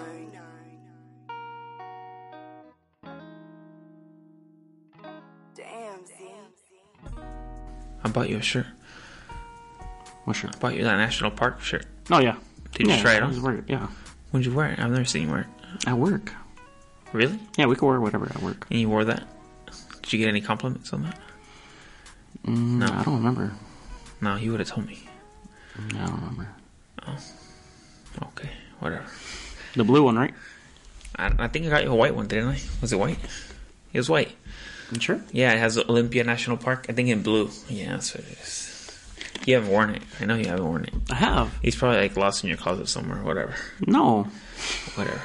209. Damn, I bought you a shirt. What shirt? I bought you that national park shirt. Oh yeah. Did you yeah, try it I on? was wearing it, Yeah. When'd you wear it? I've never seen you wear it. At work. Really? Yeah, we can wear whatever at work. And you wore that? Did you get any compliments on that? No, I don't remember. No, you would have told me. I don't remember. Okay, whatever. The blue one, right? I, I think I got you a white one, didn't I? Was it white? It was white. You sure? Yeah, it has Olympia National Park. I think in blue. Yeah, that's what it is. You haven't worn it. I know you haven't worn it. I have. It's probably like lost in your closet somewhere. Whatever. No. Whatever.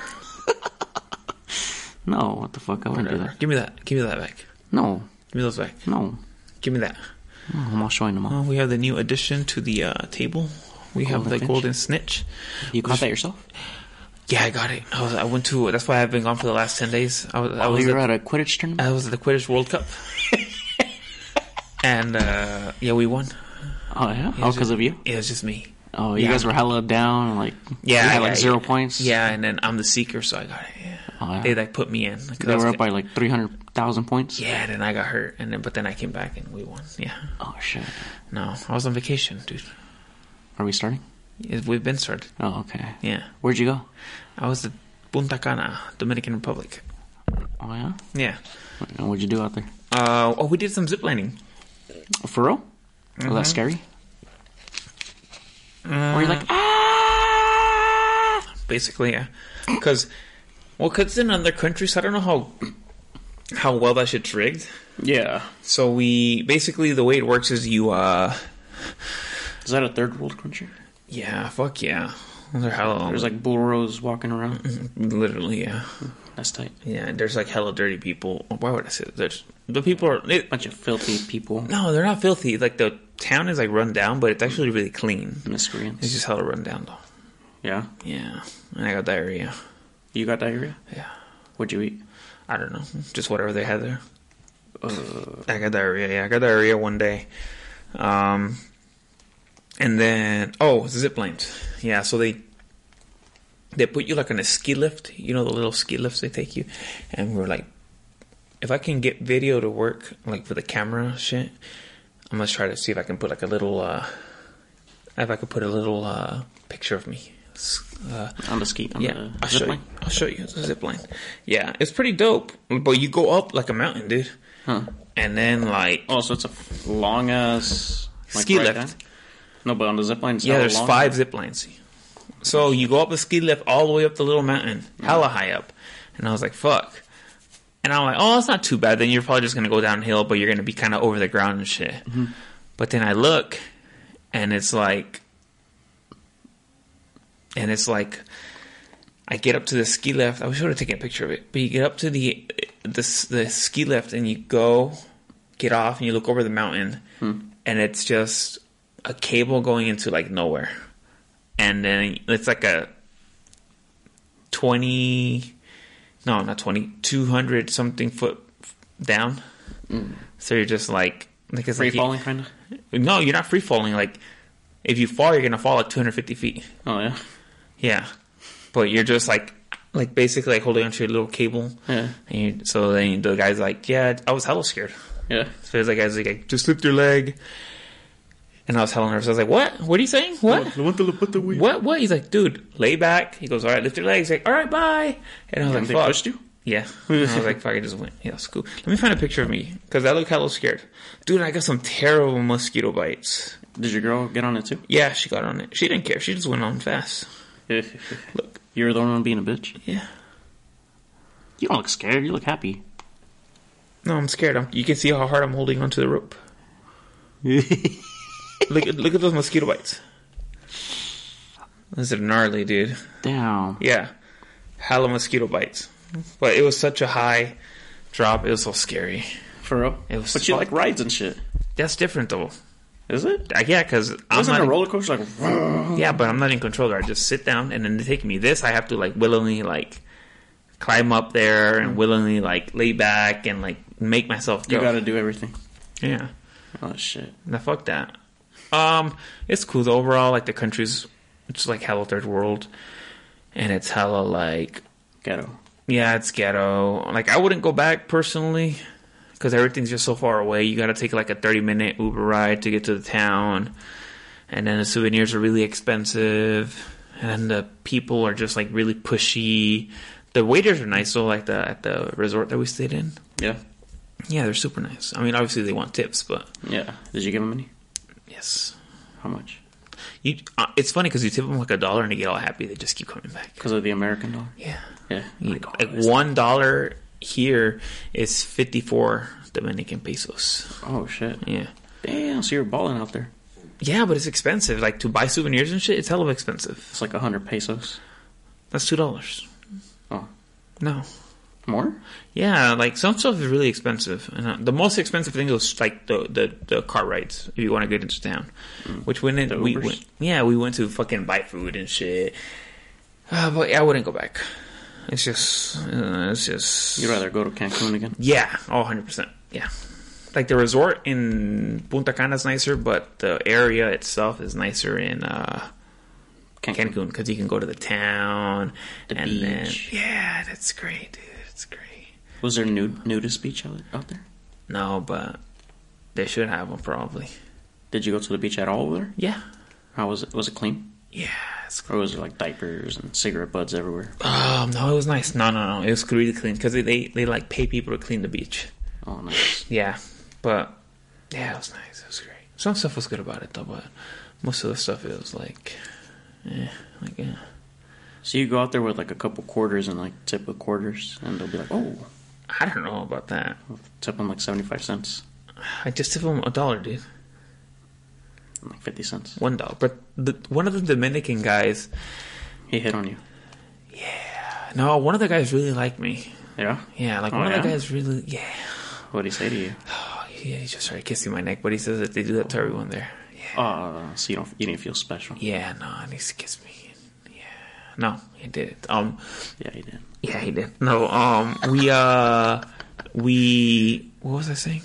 No, what the fuck? I wouldn't do Whatever. that. Give me that. Give me that back. No. Give me those back. No. Give me that. No, I'm all showing them all. Uh, we have the new addition to the uh, table. We have Golden the Finch. golden snitch. You caught that yourself? Yeah, I got it. I, was, I went to. That's why I've been gone for the last ten days. I was. I Oh, was Uh, you were at- at a Quidditch tournament? I was at the Quidditch World Cup. and uh, yeah, we won. oh, yeah? Oh, because of you? It was just me. Oh, you Yeah. guys were hella down, like, Yeah, you I had like got- zero points? Yeah, and then I'm the seeker, so I got it. Yeah. Oh, yeah. They like put me in. 'cause I They was were up get- by like 300,000 points? yeah, and then I got hurt, and then but then I came back and we won. Yeah. Oh, shit. No, I was on vacation, dude. Are we starting? It- We've been started. Oh, okay. Yeah, Where'd you go? I was at Punta Cana, Dominican Republic. Oh, yeah? Yeah. And what'd you do out there? Uh, oh, we did some zip lining. For real? Was that scary? Were you like, ah! basically, yeah. Because, well, 'cause it's in other countries, I don't know how how well that shit's rigged. Yeah. So we basically the way it works is you, uh, Is that a third world country? yeah, fuck yeah, they're hella, There's like bullros walking around. literally, yeah, That's tight. yeah. There's like hella dirty people. Why would I say that? There's the people are they, Bunch of filthy people. no, they're not filthy. Like the town is like run down, but it's actually really clean. It's Miscreants. just hella run down though. Yeah. Yeah, and I got diarrhea. You got diarrhea? Yeah. What'd you eat? I don't know, just whatever they had there. Uh, I got diarrhea. Yeah, I got diarrhea one day, um, and then oh, zip lines. Yeah, so they they put you like on a ski lift. You know the little ski lifts they take you, and we were like, if I can get video to work, like for the camera shit, I'm gonna try to see if I can put like a little, uh, if I could put a little uh, picture of me. S- Uh, On the ski. On yeah, the I'll zip show line? you. I'll show you the zip line. Yeah, it's pretty dope. But you go up like a mountain, dude. Huh. And then like Oh, so it's a long ass Ski lift. No, but on the zip line. it's yeah, hella there's long. five zip lines. So you go up a ski lift all the way up the little mountain, hella high up. And I was like, fuck. And I'm like, oh, it's not too bad. Then you're probably just gonna go downhill, but you're gonna be kind of over the ground and shit. But then I look, and it's like, and it's like, I get up to the ski lift. I wish I would have taken a picture of it. But you get up to the the the ski lift and you go get off and you look over the mountain Hmm. and it's just a cable going into like nowhere. And then it's like a 20 no, not 20 200 something foot down. So you're just like like it's Hmm. Free like you- falling, kind of. no, you're not free falling like if you fall you're going to fall like 250 feet. Oh yeah. Yeah, but you're just like, like basically like holding onto your little cable. Yeah. And you, so then the guy's like, "Yeah, I was hella scared." Yeah. So there's like, "Guys, like, just lift your leg," and I was hella nervous. I was like, "What? What are you saying? What? What? What?" He's like, "Dude, lay back." He goes, "All right, lift your legs." He's like, "All right, bye." And I was like, they "Fuck." pushed you? Yeah. And I was like, "Fuck!" I just went. Yeah, it's cool. Let me find a picture of me because I look hella scared, dude. I got some terrible mosquito bites. Did your girl get on it too? Yeah, she got on it. She didn't care. She just went on fast. Look. you were the one being a bitch. Yeah. You don't look scared. You look happy. No, I'm scared. I'm, you can see how hard I'm holding onto the rope. That's Look, look at those mosquito bites. Those are gnarly, dude. Damn. Yeah, hella mosquito bites. But it was such a high drop. It was so scary. For real. It was but you fun. like rides and shit. That's different though. Is it? Uh, Yeah, because I'm not. Wasn't it a in- roller coaster like? vroom? yeah, but I'm not in control. there. I just sit down and then they take me. This I have to like willingly like climb up there and willingly like lay back and like make myself go. Mm. You got to do everything. yeah. Oh shit. Now fuck that. Um, it's cool though. Overall, like the country's It's like hella third world, and it's hella like Ghetto. yeah, it's ghetto. Like I wouldn't go back personally because everything's just so far away. You got to take like a thirty minute Uber ride to get to the town, and then the souvenirs are really expensive, and then the people are just like really pushy. The waiters are nice though, like the at the resort that we stayed in. Yeah. Yeah, they're super nice. I mean, obviously they want tips, but Yeah. Did you give him any? yes, How much? you. Uh, it's funny because you tip them like a dollar and they get all happy. They just keep coming back. Because of the American dollar? Yeah, Yeah. like one dollar here is fifty four Dominican pesos. Oh, shit. Yeah. Damn, so you're balling out there. Yeah, but it's expensive. Like to buy souvenirs and shit, it's hell of expensive. It's like 100 pesos. That's two dollars. Oh. No. More? Yeah, like some stuff is really expensive. And uh, the most expensive thing was like the the, the car rides if you want to get into town. Which when it, Mm. The we Ubers? went, yeah we went to fucking buy food and shit. Uh, but yeah, I wouldn't go back. It's just uh, it's just You'd rather go to Cancun again? Yeah, oh, 100%. Yeah. Like the resort in Punta Cana is nicer, but the area itself is nicer in uh, Cancun because you can go to the town. The and beach. Then, yeah, that's great, dude. It's great. Was there nude nudist beach out, out there? No, but they should have one probably. Did you go to the beach at all over there? Yeah. How was it? Was it clean? Yeah. It's Or was there like diapers and cigarette butts everywhere? um, no, it was nice. No, no, no. It was really clean because they, they, they like pay people to clean the beach. Oh, nice. Yeah, but yeah, it was nice. It was great. Some stuff was good about it though, but most of the stuff it was like, yeah, like eh. yeah. So you go out there with like a couple quarters and like tip of quarters, and they'll be like, oh, I don't know about that. tip them like 75 cents I just tip them a dollar, dude. and like 50 cents. One dollar. But the, one of the Dominican guys, He hit on you. no, one of the guys really liked me. Yeah? Yeah, like Oh, one of the yeah? guys really, yeah. What'd he say to you? Oh, yeah, he just started kissing my neck, but he says that they do that to everyone there. Yeah, Oh, so you, don't, you didn't feel special. yeah, no, and he kissed me. Yeah, no, he did it. Um, Yeah, you did. Yeah, he did. No, um, we, uh, we, what was I saying?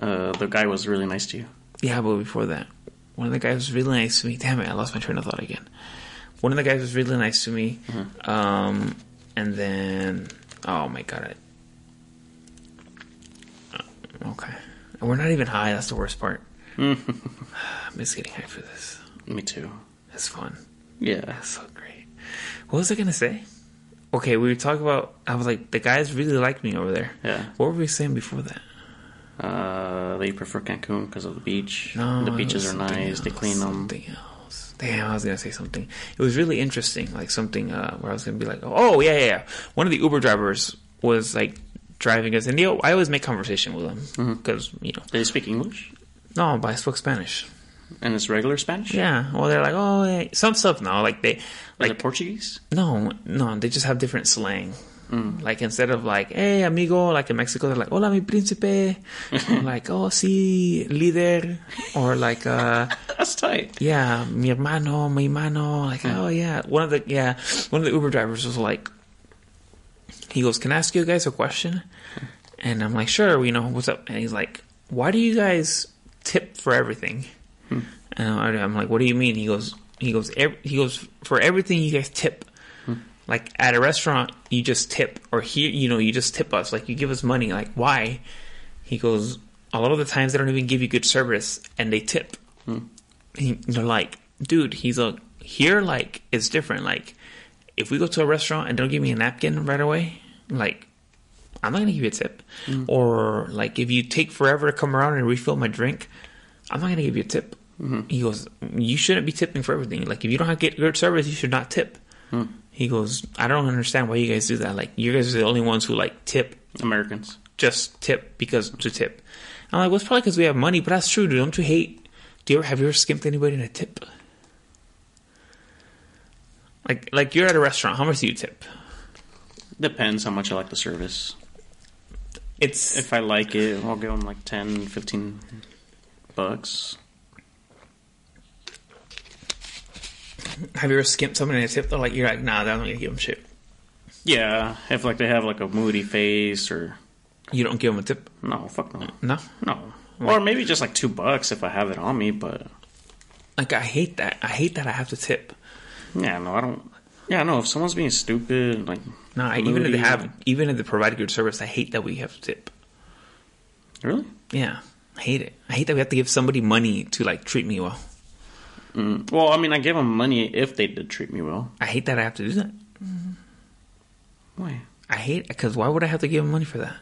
Uh, the guy was really nice to you. Yeah, but before that, one of the guys was really nice to me. Damn it, I lost my train of thought again. One of the guys was really nice to me. Um, and then, oh my god. I, uh, okay. And we're not even high, that's the worst part. I miss getting high for this. Me too. It's fun. Yeah. That's so great. What was I gonna say? Okay, we were talking about. I was like, the guys really liked me over there. Yeah. What were we saying before that? Uh, they prefer Cancun because of the beach. the it beaches was are something nice. They else, clean them. Something else. Damn, I was gonna say something. It was really interesting, like something uh, where I was gonna be like, oh yeah, yeah, yeah. One of the Uber drivers was like driving us, and they, I always make conversation with Mm-hmm. them because you know, They speak English no, but I spoke Spanish. and it's regular Spanish. Yeah. Well, they're like, oh, yeah. some stuff now, like they, Like like Portuguese. No, no, they just have different slang. Like instead of like, hey amigo, like in Mexico they're like, hola mi príncipe, or like oh sí líder, or like uh That's tight. yeah mi hermano, mi hermano, like oh yeah. One of the yeah one of the Uber drivers was like, he goes, can I ask you guys a question? And I'm like, sure, you know what's up? And he's like, why do you guys tip for everything? And I- I'm like, what do you mean? He goes, he goes, ev- he goes for everything you guys tip. Like at a restaurant, you just tip, or here, you know, you just tip us. Like you give us money. Like why? He goes. A lot of the times they don't even give you good service, and they tip. He, they're like, dude, he's a here. Like it's different. Like if we go to a restaurant and don't give me a napkin right away, like I'm not gonna give you a tip. Or like if you take forever to come around and refill my drink, I'm not gonna give you a tip. He goes, you shouldn't be tipping for everything. Like if you don't have get good service, you should not tip. He goes, I don't understand why you guys do that. Like you guys are the only ones who like tip, Americans. just tip because to tip. I'm like, well, it's probably because we have money, but that's true, dude. Don't you hate? Do you ever have you ever skimped anybody in a tip? Like like you're at a restaurant, how much do you tip? Depends how much I like the service. It's If I like it, I'll give them like 10, 15 bucks. Have you ever skimped someone in a tip? They're like, you're like, nah, I'm not gonna give them shit. Yeah, if like they have like a moody face or You don't give them a tip? no, fuck no, No. no. Or maybe just like two bucks if I have it on me, but Like, I hate that. I hate that I have to tip. Yeah, no, I don't. Yeah, no. If someone's being stupid, like No, I, even if they moody- have, even if they provide good service, I hate that we have to tip. really, Yeah, I hate it. I hate that we have to give somebody money to like treat me well. well, I mean, I give them money if they did treat me well. I hate that I have to do that. Why? I hate because why would I have to give them money for that?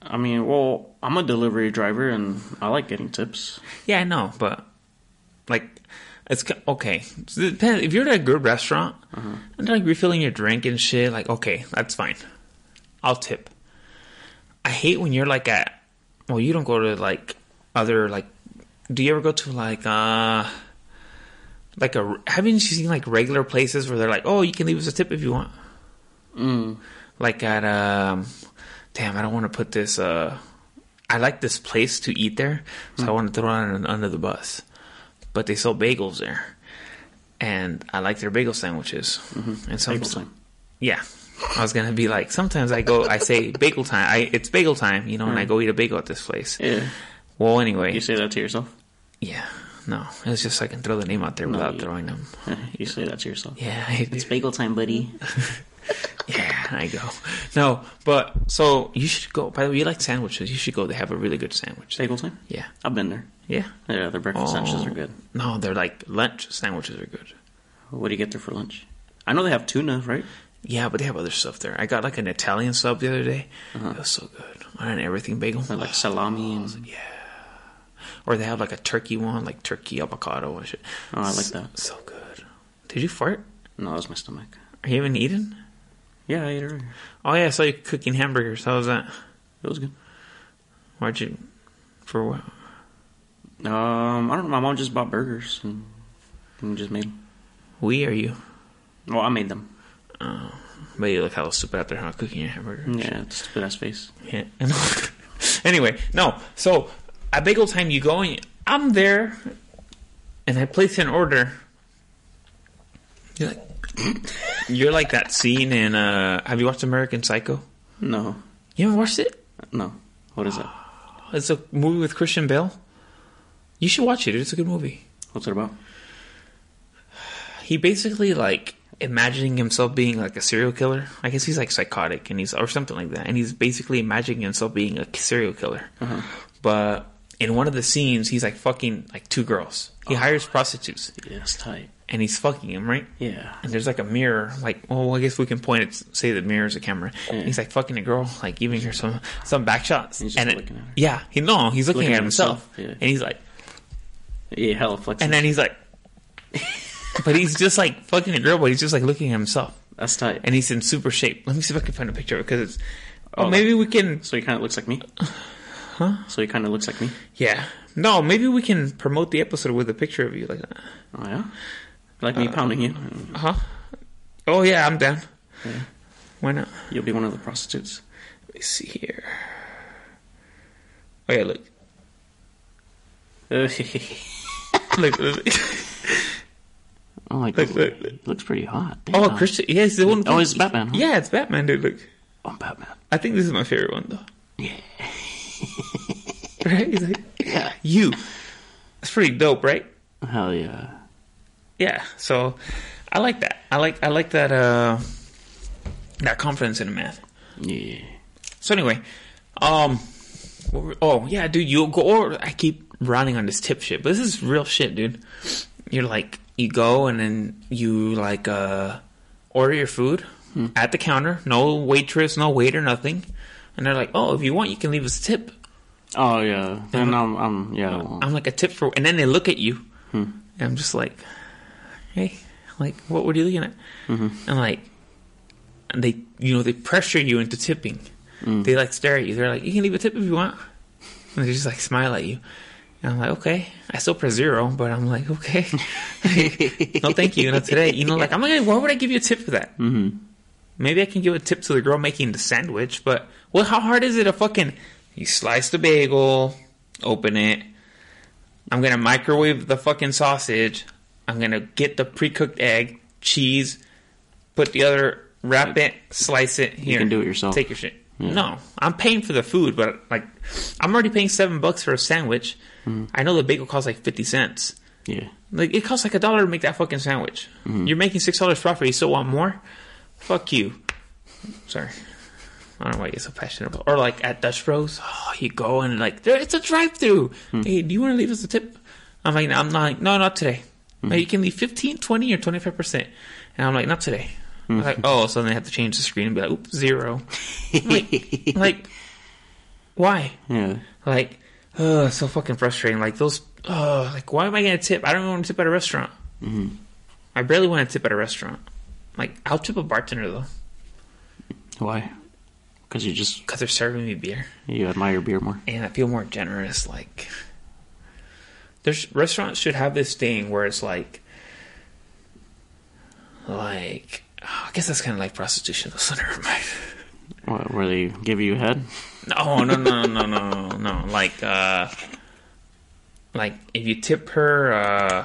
I mean, well, I'm a delivery driver and I like getting tips. Yeah, I know, but like, it's ki- okay. So it depends- If you're at a good restaurant and they're like refilling your drink and shit, like okay, that's fine. I'll tip. I hate when you're like at. Well, you don't go to like other like. Do you ever go to like uh like a haven't you seen like regular places where they're like oh you can leave us a tip if you want Mm. like at um damn I don't want to put this uh I like this place to eat there so Mm. I want to throw it under the bus but they sell bagels there and I like their bagel sandwiches and some Mm-hmm. Bagel time. yeah I was gonna be like sometimes I go I say bagel time I it's bagel time you know and I go eat a bagel at this place Mm. Yeah, well anyway you say that to yourself. yeah no it's just I can throw the name out there without you- throwing them you say that to yourself. yeah I do. It's bagel time, buddy. Yeah, I go. No, but so you should go. By the way, you like sandwiches. You should go. They have a really good sandwich. Bagel time. Yeah, I've been there. yeah. Oh. Yeah, their breakfast sandwiches are good. No, they're like lunch sandwiches are good. What do you get there for lunch? I know they have tuna, right? Yeah, but they have other stuff there. I got like an Italian sub the other day. It was so good on an everything bagel. Or Uh-huh. like salami and Or they have like a turkey one, like turkey avocado and shit. Oh, I like So- that. So good. Did you fart? no, that's my stomach. Are you even eating? Yeah, I ate it. earlier. Oh yeah, I saw you cooking hamburgers. How was that? It was good. Why'd you? For what? Um, I don't know. My mom just bought burgers and, and just made them. We are you? Well, I made them. But you look hella stupid out there, huh? Cooking your hamburger. Yeah, it's stupid ass face. Yeah. anyway, no. So at bagel time, you go and I'm there, and I place an order. You're like, you're like that scene in. Uh, have you watched American Psycho? No, You haven't watched it? no. What is that? It's a movie with Christian Bale. You should watch it. It's a good movie. What's it about? He basically like imagining himself being like a serial killer. I guess he's like psychotic and he's or something like that. And he's basically imagining himself being a serial killer. Uh-huh. But in one of the scenes, he's like fucking like two girls. Oh. He hires prostitutes Yeah, it's tight. and he's fucking them, right? Yeah. And there's like a mirror, like well, I guess we can point it. Say the mirror is a camera. Yeah. He's like fucking a girl, like giving her some some back shots. Mm. He's just and it- looking at her. yeah, he no, he's looking, at, himself, himself, yeah. and he's like, Yeah, hella flexible. and then he's like, but he's just like fucking a girl, but he's just like looking at himself, that's tight. and he's in super shape. Let me see if I can find a picture of it because it's. Oh, Oh, maybe we can. so he kind of looks like me. Huh? So he kind of looks like me. Yeah, no, maybe we can promote the episode with a picture of you like that. Oh yeah. Like me pounding you. Huh? Oh yeah, I'm down. Hmm. Why not? You'll be one of the prostitutes. Let me see here. Oh yeah, look, oh look, look. my Look, look, god. look. Oh, Looks pretty hot. oh Damn. Christian, yeah, it's the one. Oh, it's Batman. Huh? yeah, it's Batman, dude. Look, Oh, Batman. I think this is my favorite one though. Yeah. right? He's like, Yeah. you. That's pretty dope, right? Hell yeah. yeah so i like that i like i like that uh that confidence in a man Yeah. so anyway um what were- oh yeah dude you'll go or i keep running on this tip shit but this is real shit dude you're like you go and then you like uh order your food at the counter no waitress no waiter nothing and they're like oh if you want you can leave us a tip Oh yeah. And I'm, I'm yeah. well, I'm like a tip for, and then they look at you, and I'm just like, hey, like what were you looking at? And like, and they, you know, they pressure you into tipping. They like stare at you. They're like, you can leave a tip if you want, and they just like smile at you. And I'm like, okay, I still press zero, but I'm like, okay, no, thank you, not today. You know, like I'm like, why would I give you a tip for that? Mhm. Maybe I can give a tip to the girl making the sandwich, but well, how hard is it to fucking you slice the bagel, open it. I'm gonna microwave the fucking sausage. I'm gonna get the pre-cooked egg, cheese, put the other, wrap it, slice it. Here, can do it yourself. Take your shit. Yeah. No, I'm paying for the food, Hmm. but like, I'm already paying seven bucks for a sandwich. I know the bagel costs like fifty cents. Yeah. Like it costs like a dollar to make that fucking sandwich. You're making six dollars profit. You still want more? Fuck you. Sorry. I don't know why you're so passionate about. Or like at Dutch Bros, oh, you go and like there, it's a drive-through. Hey, do you want to leave us a tip? I'm like, I'm not. Like, no, not today. Like, you can leave 15, 20, or 25 percent. And I'm like, not today. I'm like, oh, so then they have to change the screen and be like, oops, zero. I'm like, like, why? Yeah. Like, uh, so fucking frustrating. Like those, uh, like why am I gonna tip? I don't even want to tip at a restaurant. I barely want to tip at a restaurant. Like I'll tip a bartender though, Why? Because you just because they're serving me beer, you admire beer more. and I feel more generous. Like, there's restaurants should have this thing where it's like, like oh, I guess that's kind of like prostitution. So never mind. What, where they give you head? Oh, No, no, no, no, no, no, no. Like, uh, like if you tip her, uh,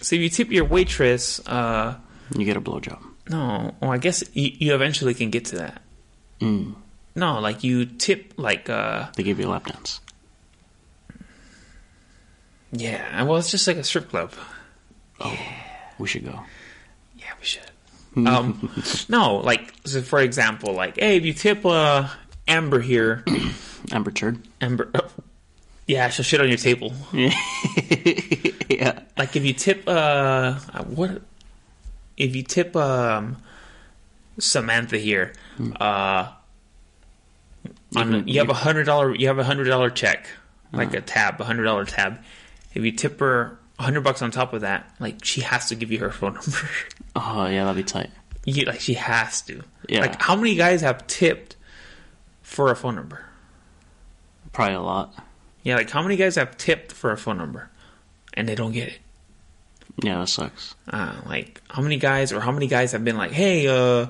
so if you tip your waitress, uh, You get a blowjob. no, well, I guess you, you eventually can get to that. Mm. No, like you tip, like, uh, They give you a lap dance. yeah, well, it's just like a strip club. We should go. Yeah, we should. Um, no, like, so for example, like, hey, if you tip, uh, Amber here, Amber Turd. Amber, oh, yeah, she'll shit on your table. yeah. like if you tip uh uh, what if you tip um Samantha here uh on, you Uh-huh. have a hundred dollar you have a hundred dollar check like a tab a hundred dollar tab if you tip her a hundred bucks on top of that like she has to give you her phone number Oh yeah, that'd be tight. you, like she has to Yeah. like how many guys have tipped for a phone number Probably a lot. yeah like how many guys have tipped for a phone number and they don't get it Yeah, that sucks. uh, like how many guys or how many guys have been like, hey, uh,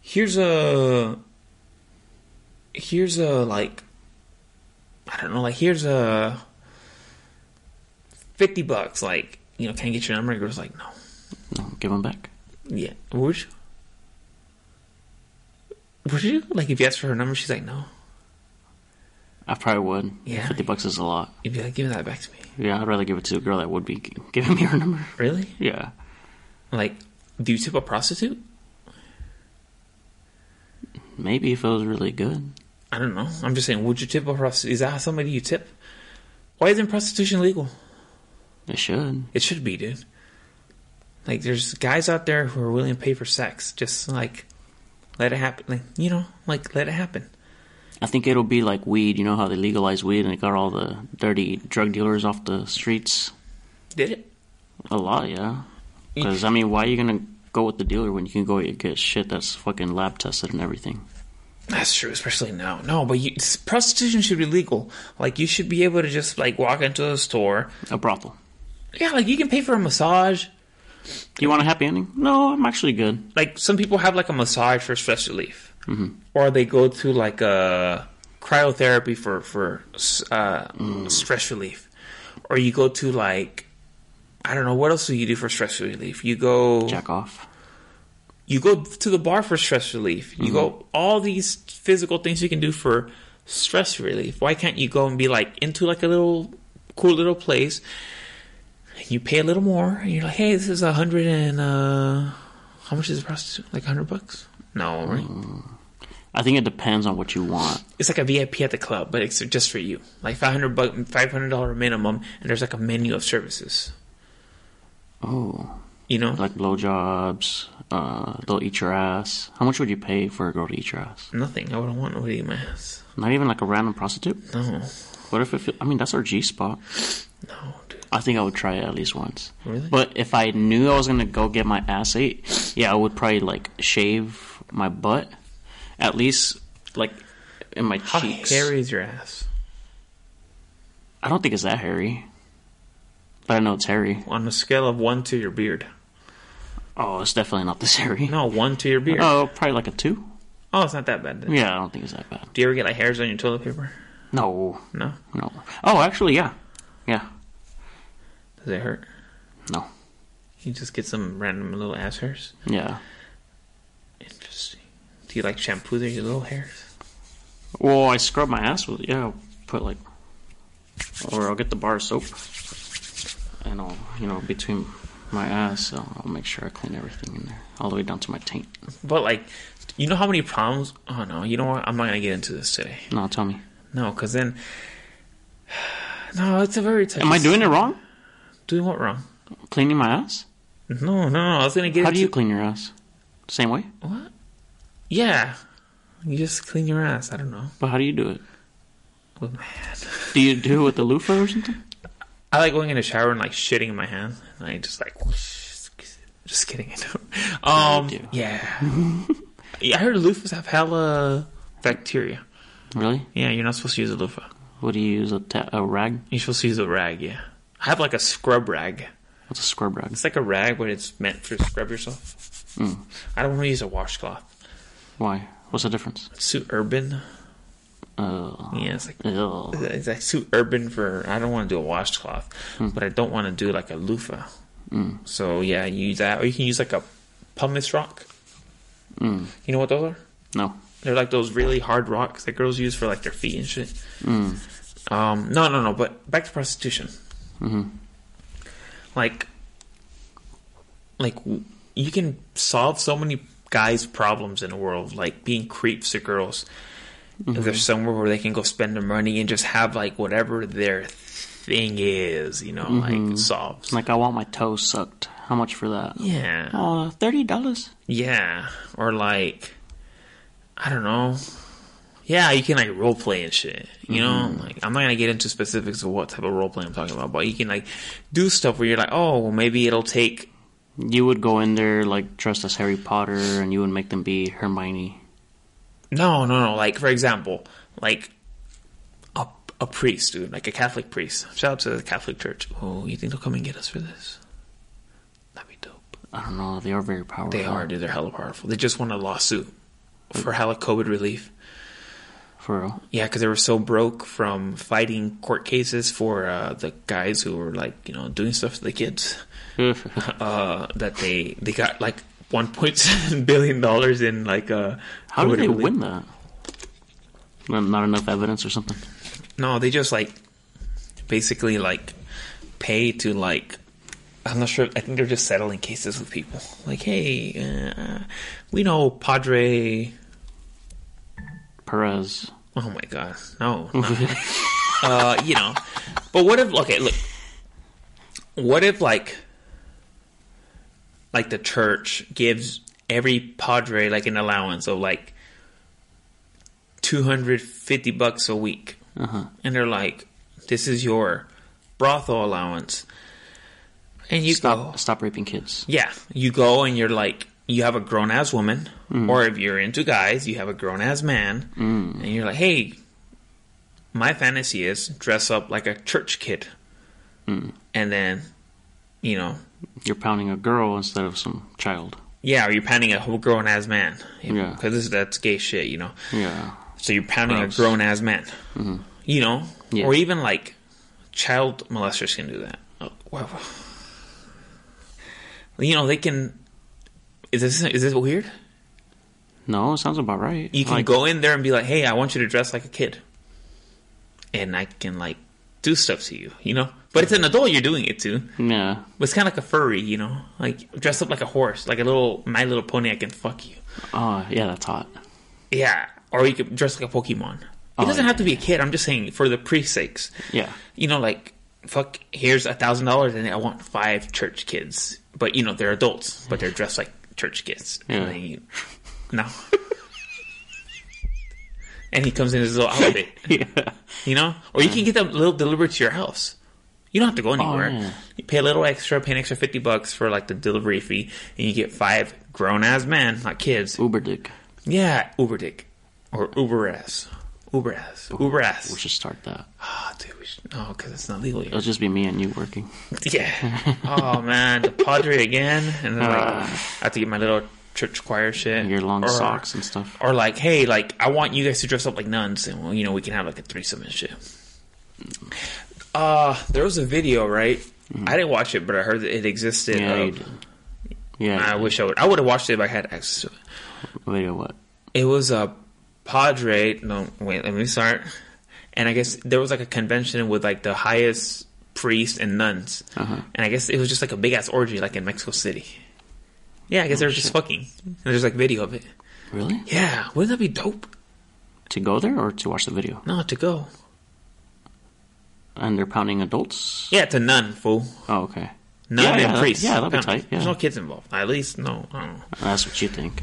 here's a, here's a like, I don't know, like here's a fifty bucks, like you know, can I get your number? And girl's like, no, No, give them back. yeah, would you? Would you like if you asked for her number? She's like, no. I probably would. Yeah. Fifty bucks is a lot. You'd be like, give that back to me. Yeah, I'd rather give it to a girl that would be g- giving me her number. Really? Yeah. Like, do you tip a prostitute? Maybe if it was really good. I don't know. I'm just saying, would you tip a prostitute? Is that somebody you tip? Why isn't prostitution legal? It should. It should be, dude. Like, there's guys out there who are willing to pay for sex. Just like, let it happen. Like, you know, like let it happen. I think it'll be like weed. You know how they legalized weed and it got all the dirty drug dealers off the streets? Did it? A lot, yeah. Because, I mean, why are you going to go with the dealer when you can go get shit that's fucking lab tested and everything? That's true, especially now. No, but you, prostitution should be legal. Like, you should be able to just like walk into a store. A brothel. Yeah, like you can pay for a massage. Do you want a happy ending? No, I'm actually good. Like some people have like a massage for stress relief, or they go to like a cryotherapy for for uh, stress relief, or you go to like I don't know what else do you do for stress relief? You go Jack off. you go to the bar for stress relief. You go all these physical things you can do for stress relief. Why can't you go and be like into like a little cool little place? and You pay a little more, and you're like, "Hey, this is a hundred and uh, how much is a prostitute? Like a hundred bucks? No, right? I think it depends on what you want. It's like a VIP at the club, but it's just for you, like five hundred buck, five hundred dollar minimum, and there's like a menu of services. Oh. You know, Like blowjobs. Uh, they'll eat your ass. How much would you pay for a girl to eat your ass? nothing. I wouldn't want nobody in my ass. Not even like a random prostitute? No, What if it feel- I mean, that's our G spot. no, dude. I think I would try it at least once. Really? But if I knew I was gonna go get my ass ate, yeah, I would probably like shave my butt, at least like in my How cheeks. hairy is your ass? I don't think it's that hairy, but I know it's hairy. On a scale of one to your beard. Oh, it's definitely not this hairy. No, one to your beard. Oh, Oh, probably like a two. it's not that bad. Then. Yeah, I don't think it's that bad. Do you ever get like hairs on your toilet paper? No, No. no. Oh, actually, yeah, yeah. Does it hurt? No, You just get some random little ass hairs. yeah. Interesting. Do you like shampoo their little hairs? Well, I scrub my ass with yeah. I'll put like, or I'll get the bar of soap, and and all you know between my ass. So I'll make sure I clean everything in there, all the way down to my taint. But like, you know how many problems? Oh no, you know what? I'm not gonna get into this today. No, tell me, No, because then, no, it's a very. Touchy am I doing it wrong? Doing what wrong? Cleaning my ass? No, no, no. I was gonna get. How do into- you clean your ass? Same way, What? Yeah, you just clean your ass. I don't know. but how do you do it? With my hand. Do you do it with the loofah or something? I like going in the shower and like shitting in my hand, and I just like. whoosh, just kidding. I don't. Um. do. Yeah. yeah. I heard loofahs have hella bacteria. Really? Yeah, you're not supposed to use a loofah. What do you use a, ta- a rag? You're supposed to use a rag. Yeah. I have like a scrub rag. What's a scrub rag? Hmm, It's like a rag, but it's meant for scrub yourself. I don't want to use a washcloth. Why? What's the difference? It's too urban. Uh, Yeah, it's like ugh. it's like too urban for. I don't want to do a washcloth, but I don't want to do like a loofah. So yeah, you use that, or you can use like a pumice rock. You know what those are? No. They're like those really hard rocks that girls use for like their feet and shit. Um, no, no, no. But back to prostitution. Like, like w- you can solve so many guys' problems in the world, like being creeps to girls. If there's somewhere where they can go spend their money and just have like whatever their thing is, you know, like solves. Like, I want my toes sucked. How much for that? yeah. Uh, $30. Yeah, or like, I don't know. Yeah, you can like role play and shit. You know, like I'm not gonna get into specifics of what type of role play I'm talking about, but you can like do stuff where you're like, oh, well, maybe it'll take. You would go in there, like, dressed as Harry Potter, and you would make them be Hermione. No, no, no. Like for example, like a a priest, dude, like a Catholic priest. Shout out to the Catholic Church. Oh, you think they'll come and get us for this? That'd be dope. I don't know. They are very powerful. They are, dude. They're hella powerful. They just won a lawsuit for hella COVID relief. For real. Yeah, because they were so broke from fighting court cases for uh, the guys who were like, you know, doing stuff to the kids, How uh, that they they got like 1.7 billion dollars in like. Uh, did they whatever- win that? Not not enough evidence or something? No, they just like basically like pay to like. I'm not sure. I think they're just settling cases with people. Like, hey, uh, we know Padre. Perez. Oh my god, no, no. uh, you know. But what if? Okay, look. What if like, like the church gives every padre like an allowance of like two hundred fifty bucks a week, and they're like, "This is your brothel allowance," and you go, Stop, stop raping kids. yeah, you go and you're like, you have a grown ass woman, Mm. or if you're into guys, you have a grown ass man, and you're like, hey, my fantasy is dress up like a church kid, Mm. and then, you know, You're pounding a girl instead of some child. yeah, or you're pounding a whole grown ass man, Yeah. because that's gay shit, you know. Yeah. So you're pounding Gross. Mm-hmm. a grown ass man, you know, Yeah. or even like child molesters can do that. Oh, wow. You know, they can. Is this is this weird? No, it sounds about right. you can Like, go in there and be like, "Hey, I want you to dress like a kid," and I can like do stuff to you, you know. But it's an adult you're doing it to. Yeah. But it's kind of like a furry, you know, like dress up like a horse, like a little My Little Pony. I can fuck you. Oh, yeah, that's hot. Yeah, or you could dress like a Pokemon. It Oh, doesn't have yeah, to be a kid. I'm just saying for the priest's sakes, Yeah. you know, like fuck. Here's a thousand dollars, and I want five church kids. But you know, they're adults, but they're dressed like church kids. Yeah. And then you, no. and he comes in his little outfit. Yeah. You know, or you can get them a little delivered to your house. You don't have to go anywhere. Oh, yeah. You pay a little extra, pay an extra fifty bucks for like the delivery fee, and you get five grown ass men, not kids. Uber dick. Yeah, Uber dick or Uber ass, Uber ass, Uber We ass. should start that. Oh, dude, we should, oh, because it's not legal It'll here. just be me and you working. Yeah. Oh man, the Padre again, and then like Ah. I have to get my little church choir shit, Your long Or- socks and stuff. Or like, hey, like I want you guys to dress up like nuns, and well, you know, we can have like a threesome and shit. Mm. Uh, there was a video, right? I didn't watch it, but I heard that it existed. Mm-hmm. Yeah, of- you did. Yeah. I wish I would. I would have watched it if I had access to it. Wait, what? It was a Padre. No, wait, let me start. And I guess there was like a convention with like the highest priests and nuns. Uh-huh. And I guess it was just like a big ass orgy, like in Mexico City. Yeah, I guess Oh, they were just fucking. And there's like video of it. Really? Yeah, wouldn't that be dope? To go there or to watch the video? No, to go. And they're pounding adults? Yeah, to nun, fool. Oh, okay. Nun Yeah, and yeah, that- priest. yeah, that'd be Come on. tight, yeah. There's no kids involved. At least, no. I don't know. That's what you think.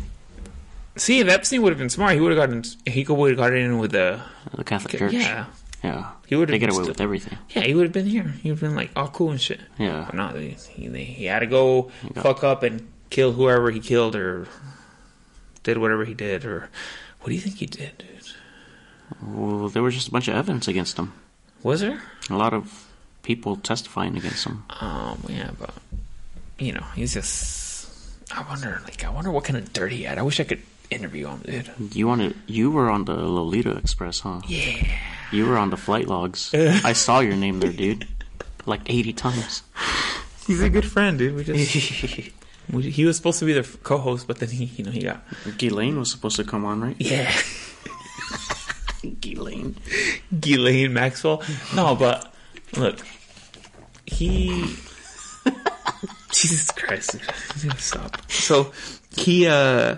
See, if Epstein would have been smart, he would have gotten. He would have gotten in with the. The Catholic Church. Yeah, Yeah. He would've They get been away stu- with everything. yeah, he would have been here. He would have been like all cool and shit. Yeah. But no, he, he, he had to go got- fuck up and kill whoever he killed or did whatever he did or what do you think he did, dude? Well, there was just a bunch of evidence against him. Was there? A lot of people testifying against him. Um, yeah, but you know, he's just. I wonder, like, I wonder what kind of dirt he had. I wish I could interview him, dude. You wanted, you were on the Lolita Express, huh? Yeah. You were on the flight logs. I saw your name there, dude. Like 80 times. He's a good friend, dude. We just. we- he was supposed to be the f- co-host, but then he, you know, he got. Ghislaine was supposed to come on, right? Yeah. Ghislaine. Ghislaine Maxwell. No, but look, he. Jesus Christ, dude, stop. So he uh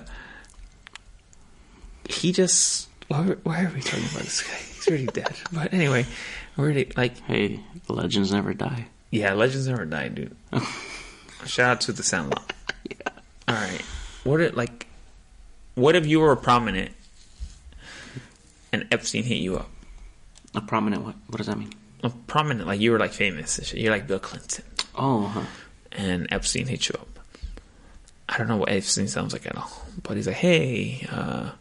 he just why, why are we talking about this guy? He's already dead. But anyway, where did like Hey, legends never die. yeah, legends never die, dude. Shout out to the Sandlot. All right, what it like? What if you were prominent and Epstein hit you up? A prominent what? What does that mean? a prominent, like you were like famous. and shit. You're like Bill Clinton, Oh, huh. and Epstein hit you up. I don't know what Epstein sounds like at all, but he's like, hey, uh,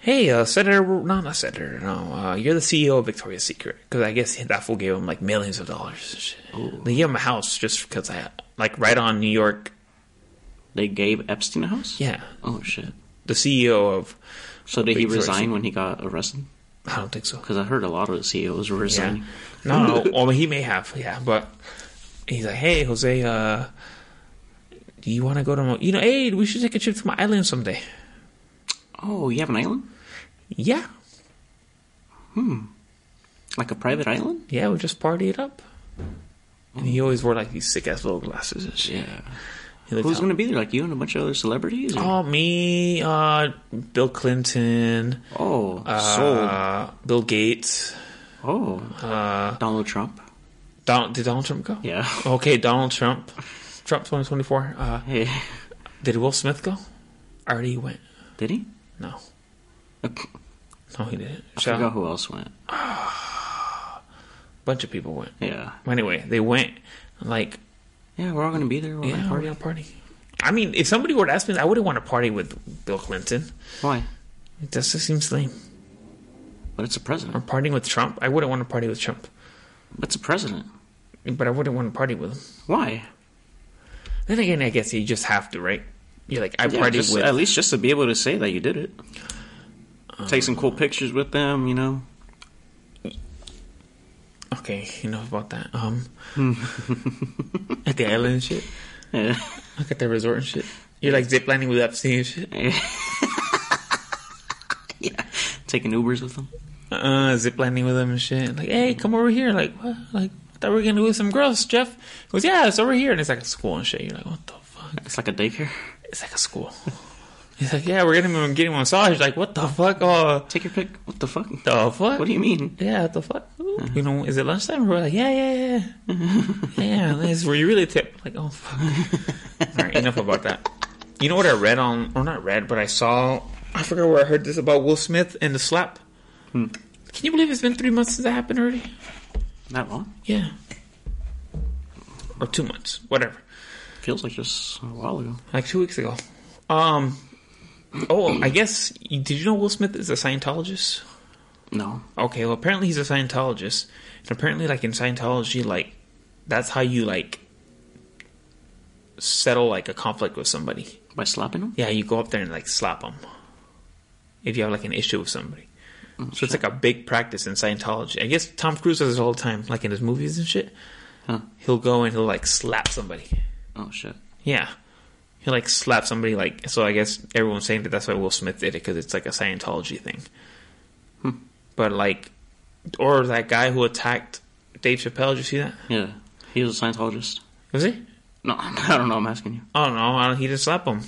hey, uh, Senator, no, not Senator, no, uh, you're the CEO of Victoria's Secret, because I guess that fool gave him like millions of dollars. and shit. They gave him a house just because I, like, right on New York. They gave Epstein a house? Yeah, Oh, shit. the CEO of, So did he Victoria's resign when he got arrested? I don't think so. Because I heard a lot of the CEOs were Yeah. resigning. No, no. Well, he may have. Yeah, but he's like, hey, Jose, uh, do you want to go to? Mo- you know, hey, we should take a trip to my island someday. Oh, you have an island? Yeah, Like a private island? yeah, we'll just party it up. And he always wore like these sick ass little glasses and shit. Yeah. He looked Who's out- going to be there? Like you and a bunch of other celebrities? Or? Oh, me, uh, Bill Clinton, Oh, sold. uh, Bill Gates. Oh, uh. Donald Trump. Donald, did Donald Trump go? Yeah. Okay, Donald Trump. Trump 2024. Uh, Hey, did Will Smith go? Already went. did he? No. I No, he didn't. Shout forgot out. who else went. bunch of people went. Yeah, Anyway, they went like yeah, we're all going to be there. We're going yeah, to we're party. gonna party. I mean, if somebody were to ask me, I wouldn't want to party with Bill Clinton. Why? It just seems lame. But it's a Or president. partying with Trump, I wouldn't want to party with Trump, It's a president. but I wouldn't want to party with him. Why? Then again, I guess you just have to, right? You're like, I Yeah, partied just- with. at least just to be able to say that you did it. Uh. Take some cool pictures with them, you know. Okay, enough about that. Um, at the island and shit, Yeah. like at the resort and shit. You're like ziplining with Epstein and shit. Taking Ubers with them. uh, ziplining with him and shit. Like, hey, come over here. Like, what? Like, I thought we were gonna do with some girls, Jeff. He goes, yeah, it's over here. And it's like a school and shit. You're like, what the fuck? It's like a daycare. It's like a school. He's like, yeah, we're getting him getting him a massage. Like, what the fuck? Oh, Take your pick. What the fuck? the fuck? What do you mean? yeah, what the fuck? You know, is it lunchtime? We're like, yeah, yeah, yeah. yeah, this is where you really tip. Like, oh, fuck. All right, enough about that. You know what I read on, or not read, but I saw, I forgot where I heard this about Will Smith and the slap. Can you believe it's been three months since that happened already? Not long. Yeah. Or two months, whatever. Feels like just a while ago. Like two weeks ago. Um. Oh, I guess. Did you know Will Smith is a Scientologist? No. Okay, well, apparently he's a Scientologist. And apparently, like, in Scientology, like, that's how you, like, settle, like, a conflict with somebody. By slapping them? Yeah, you go up there and, like, slap them. If you have, like, an issue with somebody. So it's like a big practice in Scientology. I guess Tom Cruise does it all the time, like in his movies and shit. Huh. He'll go and he'll like slap somebody. Oh, shit. Yeah. He like slapped somebody like so. I guess everyone's saying that that's why Will Smith did it because it's like a Hmm. Scientology thing. But like, or that guy who attacked Dave Chappelle. Did you see that? Yeah, he was a Scientologist. Was he? No, I don't know. I'm asking you. Oh no, I don't, he didn't slap him.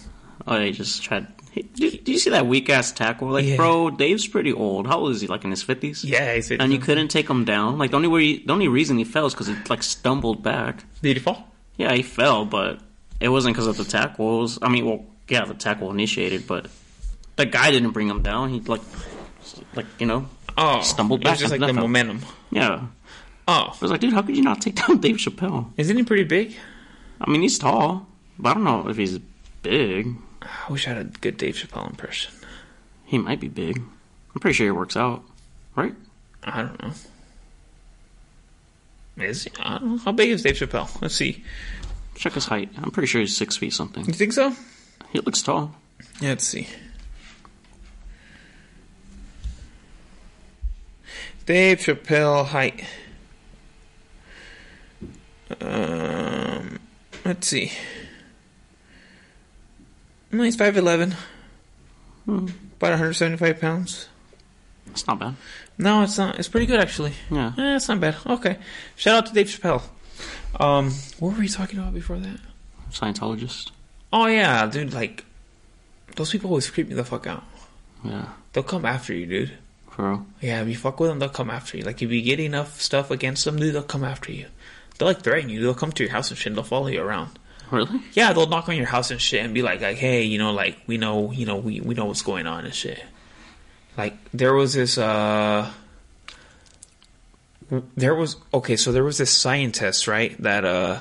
Oh, yeah, he just tried. Hey, did, did you see that weak ass tackle? Like, Yeah. bro, Dave's pretty old. How old is he? Like in his fifties. Yeah, he said. And you couldn't take him down. Like the only way, the only reason he fell is because he like stumbled back. Did he fall? Yeah, he fell, but it wasn't because of the tackle. It was- I mean, well, yeah, the tackle initiated, but the guy didn't bring him down. He like, s- like you know, Oh, Stumbled it was back just and like the fell. momentum. yeah. Oh, I was like, dude, how could you not take down Dave Chappelle? isn't he pretty big? I mean, he's tall, but I don't know if he's big. I wish I had a good Dave Chappelle impression. He might be big. I'm pretty sure he works out, right? I don't know. Is he? I don't know. How big is Dave Chappelle? Let's see. Check his height. I'm pretty sure he's six feet something. You think so? He looks tall. Yeah, let's see. Dave Chappelle height. Um, let's see. No, he's five eleven. About one hundred seventy-five pounds. It's not bad. No, it's not. It's pretty good actually. Yeah. Eh, it's not bad. Okay. Shout out to Dave Chappelle. Um, what were we talking about before that? Scientologist. Oh yeah, dude. Like, those people always creep me the fuck out. Yeah. They'll come after you, dude. For real. Yeah, if you fuck with them, they'll come after you. Like, if you get enough stuff against them, dude, they'll come after you. They'll, like, threaten you. They'll come to your house and shit. They'll follow you around. Really? Yeah, they'll knock on your house and shit and be like, like, hey, you know, like, we know, you know, we, we know what's going on and shit. Like, there was this, uh... There was... Okay, so there was this scientist, right, that, uh...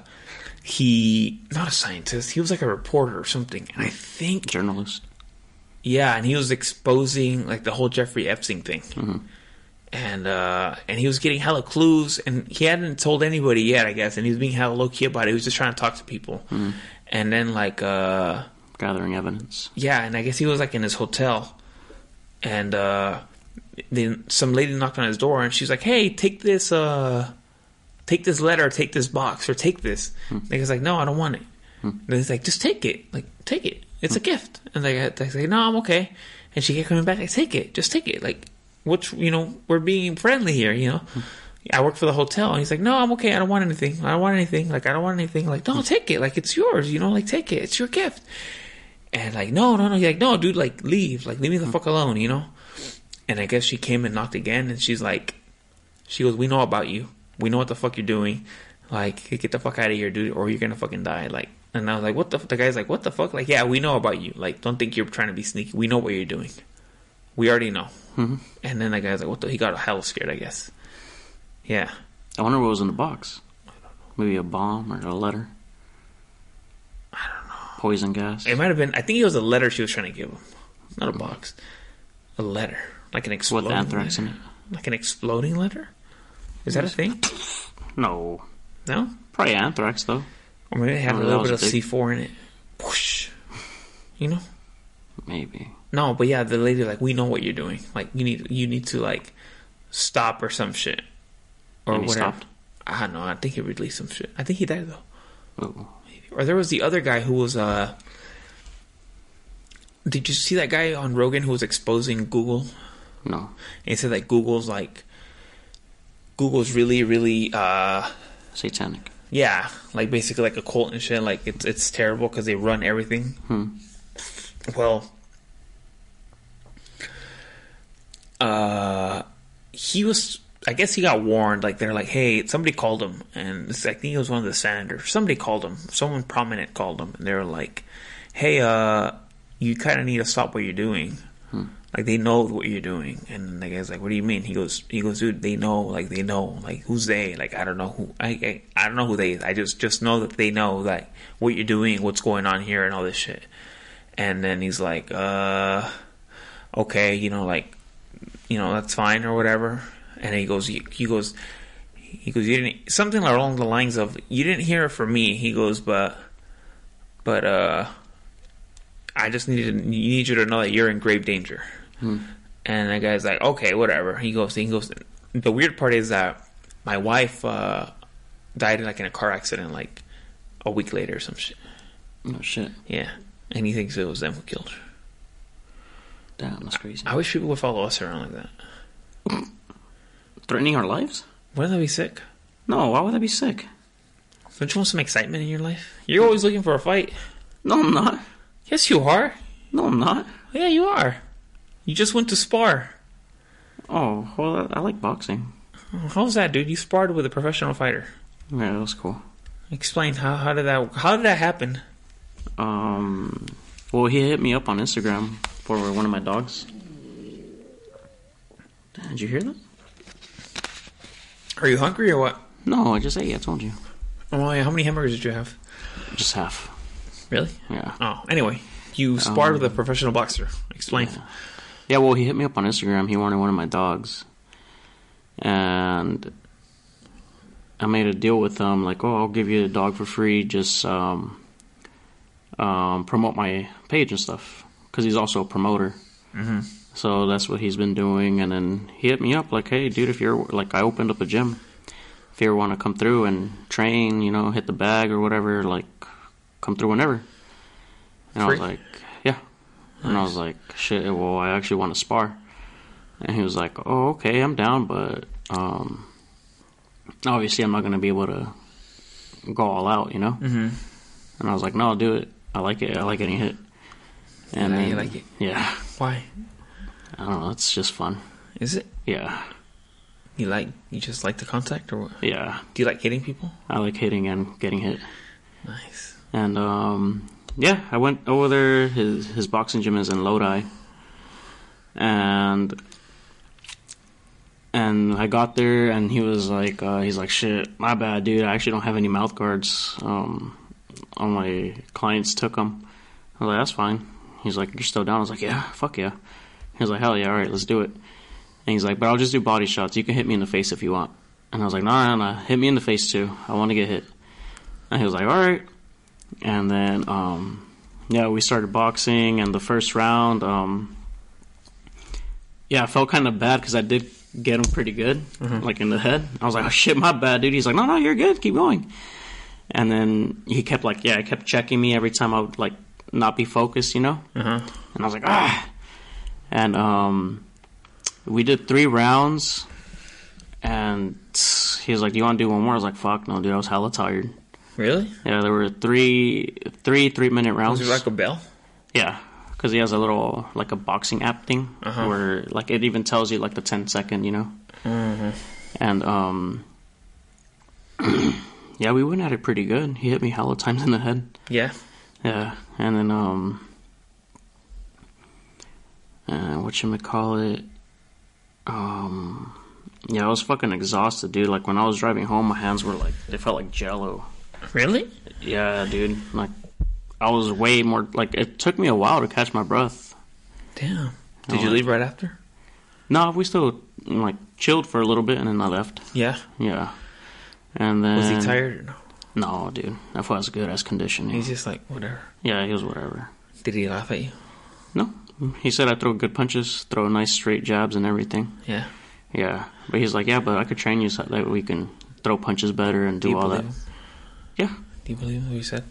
He... Not a scientist. He was, like, a reporter or something. And I think Journalist. yeah, and he was exposing like the whole Jeffrey Epstein thing, and uh, and he was getting hella clues, and he hadn't told anybody yet, I guess, and he was being hella low key about it. He was just trying to talk to people, and then like uh, Gathering evidence. yeah, and I guess he was like in his hotel, and uh, then some lady knocked on his door, and she's like, "Hey, take this, uh, take this letter, take this box, or take this." And he's like, "No, I don't want it." And he's like, "Just take it, like take it. It's a gift." And they they say, "No, I'm okay." And she kept coming back, like, "Take it, just take it. Like, what's you know, we're being friendly here, you know." I work for the hotel, and he's like, "No, I'm okay. I don't want anything. I don't want anything. Like, I don't want anything. Like, no, take it. Like, it's yours. You know, like, take it. It's your gift." And like, no, no, no. He's like, no, dude, like, leave. Like, leave me the fuck alone, you know? And I guess she came and knocked again, and she's like, she goes, we know about you. We know what the fuck you're doing. Like, get the fuck out of here, dude, or you're gonna fucking die. Like, and I was like, what the? F-? The guy's like, what the fuck? Like, yeah, we know about you. Like, don't think you're trying to be sneaky. We know what you're doing. We already know. And then the guy's like, what the? He got hell scared, I guess. Yeah. I wonder what was in the box. Maybe a bomb or a letter. I don't know. Poison gas. It might have been. I think it was a letter she was trying to give him, not a box. A letter, like an With exploding anthrax letter. in it. Like an exploding letter? Is that a thing? No. No? Probably anthrax though. Or maybe it had Oh, a that little was bit of big. C4 in it. Whoosh. You know? Maybe. No, but yeah, the lady like, we know what you're doing. Like you need you need to like stop or some shit. Or And he whatever. stopped? I don't know, I think he released some shit. I think he died though. Ooh. Or there was the other guy who was uh did you see that guy on Rogan who was exposing Google No. and he said that Google's like Google's really, really uh Satanic. Yeah, like basically like a cult and shit. Like it's it's terrible because they run everything. Well, uh, he was. I guess he got warned. Like they're like, hey, somebody called him, and it's, I think it was one of the senators. Somebody called him. Someone prominent called him, and they were like, hey, uh, you kind of need to stop what you're doing. Like they know what you're doing, and the guy's like, "What do you mean?" He goes, "He goes, dude. They know. Like they know. Like who's they? Like I don't know who. I I, I don't know who they. Is. I just just know that they know like what you're doing, what's going on here, and all this shit." And then he's like, "Uh, okay, you know, like, you know, that's fine or whatever." And he goes, he, he goes, he goes, you didn't something along the lines of, "You didn't hear it from me." He goes, "But, but uh." I just need to need you to know that you're in grave danger. And the guy's like, okay, whatever. He goes, he goes. The weird part is that my wife uh, died like in a car accident, like a week later or some shit. No shit. Yeah, and he thinks it was them who killed her. Damn, that's crazy. I wish people would follow us around like that. Threatening our lives? Wouldn't that be sick? No, why would I be sick? Don't you want some excitement in your life? You're always looking for a fight. No, I'm not. Yes, you are. No, I'm not. Yeah, you are. You just went to spar. Oh, well, I, I like boxing. How's that, dude? You sparred with a professional fighter. Yeah, that was cool. Explain how how did that how did that happen? Um, well, he hit me up on Instagram for one of my dogs. Did you hear that? Are you hungry or what? No, I just ate. I told you. Oh yeah, how many hamburgers did you have? Just half. Really? Yeah. Oh, anyway, you sparred with a professional boxer. Explain. Yeah, well, he hit me up on Instagram. He wanted one of my dogs, and I made a deal with him, like, "Oh, I'll give you the dog for free. Just um, um, promote my page and stuff." Because he's also a promoter, so that's what he's been doing. And then he hit me up, like, "Hey, dude, if you're like, I opened up a gym. If you ever want to come through and train, you know, hit the bag or whatever, like, come through whenever." And I was Free? like, "Yeah." And I was like, "Shit, well, I actually want to spar." And he was like, "Oh, okay, I'm down, but um, obviously I'm not going to be able to go all out, you know." Mm-hmm. And I was like, "No, I'll do it. I like it. I like getting hit." And Yeah, you then- like it. Yeah, Why I don't know. It's just fun. is it? Yeah, You like you just like the contact or what? yeah. Do you like hitting people? I like hitting and getting hit. Nice. And um, yeah, I went over there. His his boxing gym is in Lodi, and and I got there, and he was like, uh, he's like, shit, my bad, dude. I actually don't have any mouth guards. Um, all my clients took them. I was like, that's fine. He's like, you're still down. I was like, yeah, fuck yeah. He was like, hell yeah, all right, let's do it. And he's like, but I'll just do body shots. You can hit me in the face if you want. And I was like, no, no, no, hit me in the face too. I want to get hit. And he was like, all right and then um, yeah, we started boxing. And the first round, um, yeah, I felt kind of bad because I did get him pretty good, like in the head. I was like, "Oh shit, my bad, dude." He's like, "No, no, you're good. Keep going." And then he kept like, yeah, he kept checking me every time I would like not be focused, you know. And I was like, ah. And um, we did three rounds, and he was like, "Do you want to do one more?" I was like, "Fuck, no, dude. I was hella tired." Really? Yeah, there were three, three three-minute rounds. Was it like a bell? yeah, because he has a little like a boxing app thing Uh-huh. where like it even tells you like the 10 second, you know. Mm-hmm. And um, yeah, we went at it pretty good. He hit me hella times in the head. Yeah. Yeah, and then um, uh, what you call it? Um, yeah, I was fucking exhausted, dude. Like when I was driving home, my hands were like they felt like jello. Really? Yeah, dude. Like, I was way more. Like, it took me a while to catch my breath. Damn. Did No, you I- leave right after? No, we still like chilled for a little bit and then I left. Yeah. Yeah, and then Was he tired? No. No, dude. That was good as conditioning. He's just like whatever. Yeah, he was whatever. Did he laugh at you? No, he said I throw good punches, throw nice straight jabs and everything. Yeah. Yeah, but he's like, yeah, but I could train you so that we can throw punches better and Do do you all believe that. him? Yeah, Do you believe what he said?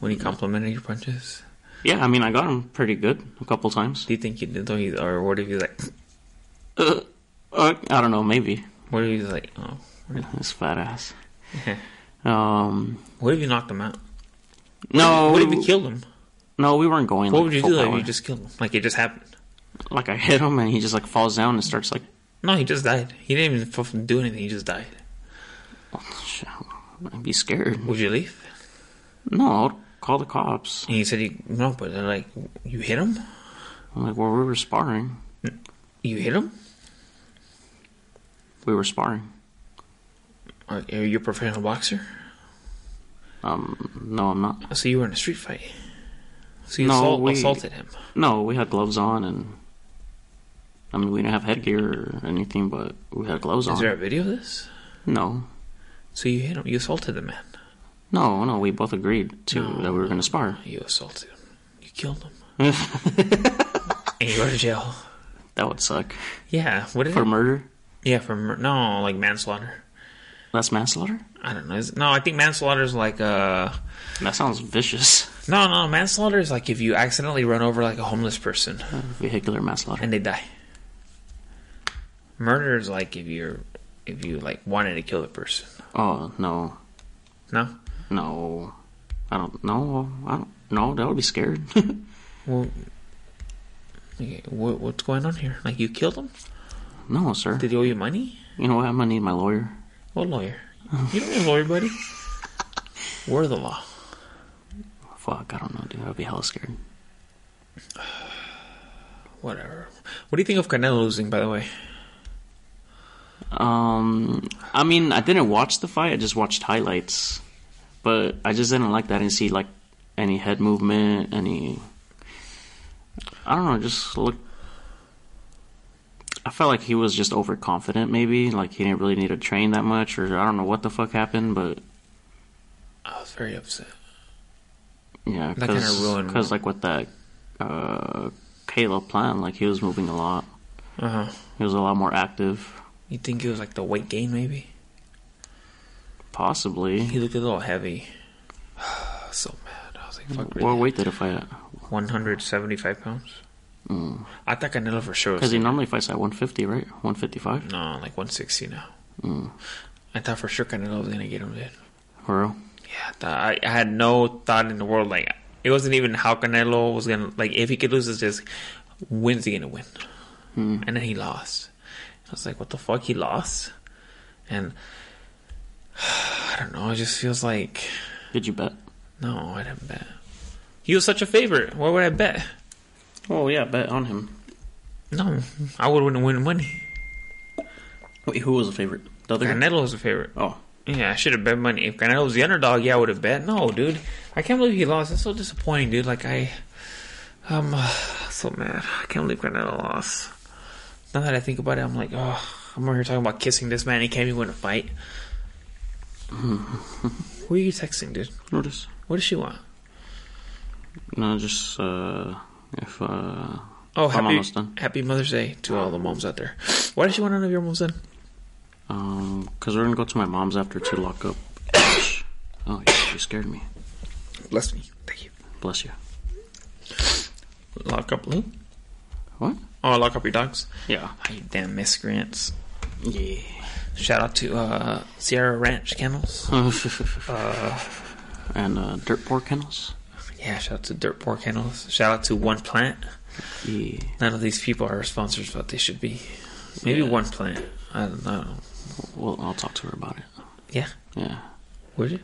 When he complimented your punches? yeah. I mean, I got him pretty good a couple times. Do you think he did though? He or what if he's like? Uh, uh, I don't know, maybe. What if he's like? Oh, really? This fat ass. Um, what if you knocked him out? no, What we, if you killed him? no, we weren't going. What like, would you full do like, if power. you just killed him? Like it just happened? like I hit him and he just like falls down and starts like, No, he just died. He didn't even fucking do anything. He just died. "Shit, I'd be scared. Would you leave? No, I'll call the cops. And he said, he, "No, but they're like, you hit him. I'm like, well, we were sparring. You hit him. We were sparring. Like, are you a professional boxer? Oh, Um, no, I'm not. So you were in a street fight. So you No, assault, we- assaulted him. No, we had gloves on and. I mean, we didn't have headgear or anything, but we had gloves Is on. there a video of this? No, So you hit him. You assaulted the man. no, no. We both agreed to No. that we were going to spar. You assaulted him. You killed him. and you go to jail. That would suck Yeah. What did for it? murder. Yeah, for mur- no, like manslaughter. That's manslaughter. I don't know. Is it- no, I think manslaughter is like uh That sounds vicious. no, no. Manslaughter is like if you accidentally run over like a homeless person Vehicular manslaughter. and they die. Murder is like if you're if you like wanted to kill the person. Oh no, No. no, I don't know. I don't. No, that would be scared. Well, okay, what, what's going on here? Like you killed him? no, sir. Did he owe you money? You know what? I'm gonna need my lawyer. What lawyer? You don't need a lawyer, buddy. We're the law. Fuck, I don't know, dude. I'd be hella scared. Whatever. What do you think of Canelo losing? By the way, Um, I mean, I didn't watch the fight. I just watched highlights, but I just didn't like that. I didn't see like any head movement, any. I don't know. Just look. I felt like he was just overconfident. Maybe like he didn't really need to train that much, or I don't know what the fuck happened. But I was very upset. yeah, That kinda ruined- because like with that uh, Caleb plan, like he was moving a lot. Uh huh. He was a lot more active. You think it was like the weight gain? Maybe Possibly. he looked a little heavy. so mad. I was like, fuck. What Really? weight did it fight at? One hundred seventy-five pounds. I thought Canelo for sure. was Because he normally fights at 150, right? 155? No, like 160 now. I thought for sure Canelo was gonna get him then. For real? Yeah, I, thought, I, I had no thought in the world. Like it wasn't even how Canelo was gonna like if he could lose. It's just when's he gonna win? Hmm. And then he lost. I was like, what the fuck? He lost, and I don't know. It just feels like Did you bet? no, I didn't bet. He was such a favorite. Why would I bet? Oh, yeah, bet on him. No, I would win win money. Wait, who was the favorite? The other guy? Canelo was a favorite. Oh. Yeah, I should have bet money. If Canelo was the underdog, yeah, I would have bet. No, dude, I can't believe he lost. That's so disappointing, dude. Like I, um, so mad. I can't believe Canelo lost. Now that I think about it, I'm like, oh, I'm over here talking about kissing this man. He can't even win a fight. Who are you texting, dude? Notice? What does she want? No, just, uh, if, uh, Oh, I'm happy, almost done. happy Mother's Day to all the moms out there. Why does she want to know if your mom's in? um, because we're gonna go to my mom's after to lock up. oh, you, you scared me. Bless me. Thank you. Bless you. Lock up Lou. What? Oh, lock up your dogs. Yeah. Oh, you damn miscreants. Yeah. Shout out to uh, Sierra Ranch Kennels. Uh, and, uh, dirt poor kennels? Yeah, shout out to Dirt Poor Kennels. Shout out to One Plant. Yeah. None of these people are sponsors, but they should be. Maybe Yeah. One Plant. I don't know. Well, I'll talk to her about it. Yeah, Yeah. would you?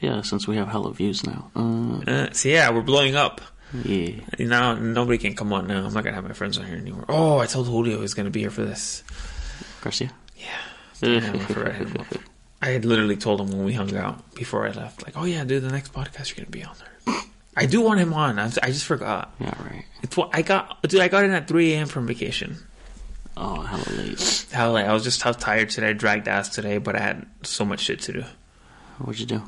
Yeah, since we have hella views now. Uh, Uh, so yeah, we're blowing up. yeah. Now nobody can come on. Now I'm not gonna have my friends on here anymore. Oh, I told Julio he was gonna be here for this. Garcia? Damn, I forgot him. I had literally told him when we hung out before I left, like, "Oh yeah, dude, the next podcast you're gonna be on there." I do want him on. I, I just forgot. yeah, right. It's what I got, dude. I got in at 3 a.m. from vacation. Oh, hella late. How like I was just how tired today. I dragged ass today, but I had so much shit to do. What'd you do?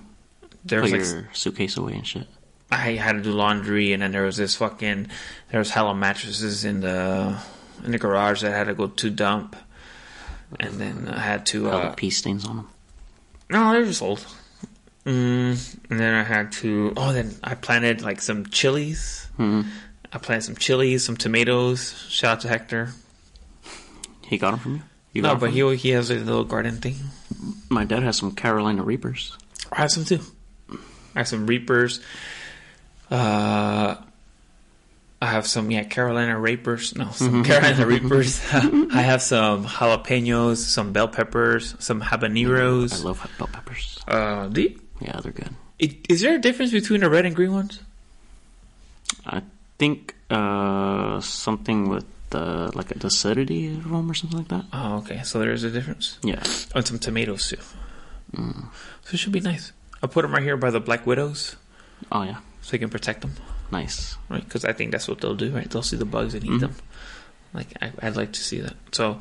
There Put was like your suitcase away and shit. I had to do laundry, and then there was this fucking there was hella mattresses in the in the garage that I had to go to dump, and then I had to All uh, the pee stains on them. no, they're just old. Mm, and then I had to oh then I planted like some chilies. I planted some chilies, some tomatoes. Shout out to Hector. He got them from you. You No, got 'em but from- he he has a little garden thing. my dad has some Carolina Reapers. I have some too. I have some Reapers. Uh, I have some yeah Carolina Reapers. No, Mm-hmm. some Carolina Reapers. I have some jalapenos, some bell peppers, some I habaneros. love hot bell peppers. Uh, do you, Yeah, they're good. it, is there a difference between the red and green ones? I think uh, something with uh, like a acidity of them or something like that. Oh, okay. So there is a difference. Yeah. And some tomatoes too. Mm. So it should be nice. I put them right here by the black widows Oh yeah. so you can protect them. Nice. right? Because I think that's what they'll do, right? They'll see the bugs and eat them. Like I, I'd like to see that. So,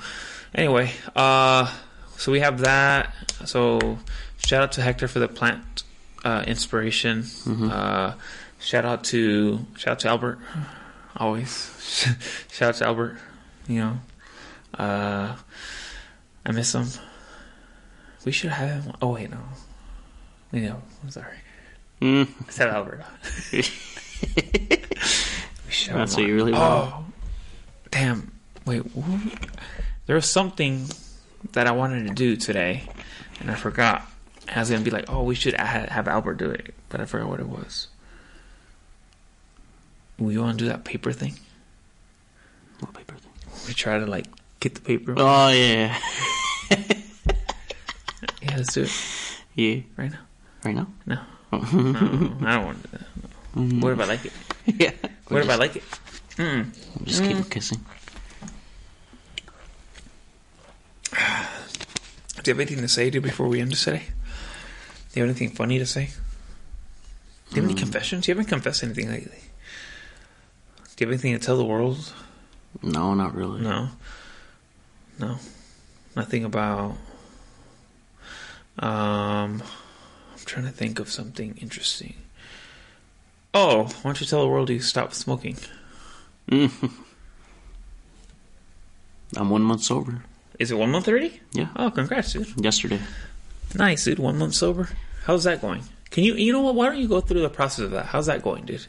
anyway, uh, so we have that. So, shout out to Hector for the plant uh, inspiration. Uh, shout out to shout out to Albert, always. shout out to Albert. You know, uh, I miss him. We should have him. Oh wait, no. You know, I'm sorry. Mm. I said Albert. we should That's have what you Oh, really one. want. Oh, damn! Wait, what? there was something that I wanted to do today, and I forgot. I was gonna be like, oh, we should ha- have Albert do it, but I forgot what it was. We want to do that paper thing. What paper thing? We try to like get the paper. Oh yeah, Yeah, let's do it yeah. right now. Right now? No, no I don't want to do that. No. Mm-hmm. What if I like it? yeah. What if I like it? Mm. Just keep kissing. Do you have anything to say dude, before we end this today? Do you have anything funny to say? Do you have any confessions? You haven't confessed anything lately. Do you have anything to tell the world? No, not really. No. No. Nothing about. Um, I'm trying to think of something interesting. Oh, why don't you tell the world you stopped smoking? Mm. I'm one month sober. Is it one month already? Yeah. Oh, congrats, dude. Yesterday. Nice, dude. One month sober. How's that going? Can you, you know what? Why don't you go through the process of that? How's that going, dude?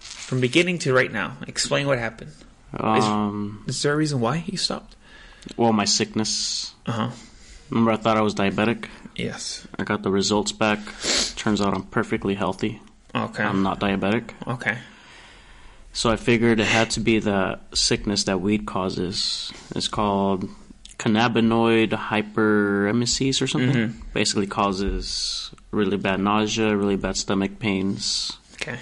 From beginning to right now, explain what happened. Um. Is there a reason why you stopped? Well, my sickness. Uh huh. Remember, I thought I was diabetic. Yes. I got the results back. Turns out I'm perfectly healthy. Okay. I'm not diabetic. okay. So I figured it had to be the sickness that weed causes. It's called cannabinoid hyperemesis or something. Basically causes really bad nausea, really bad stomach pains, Okay.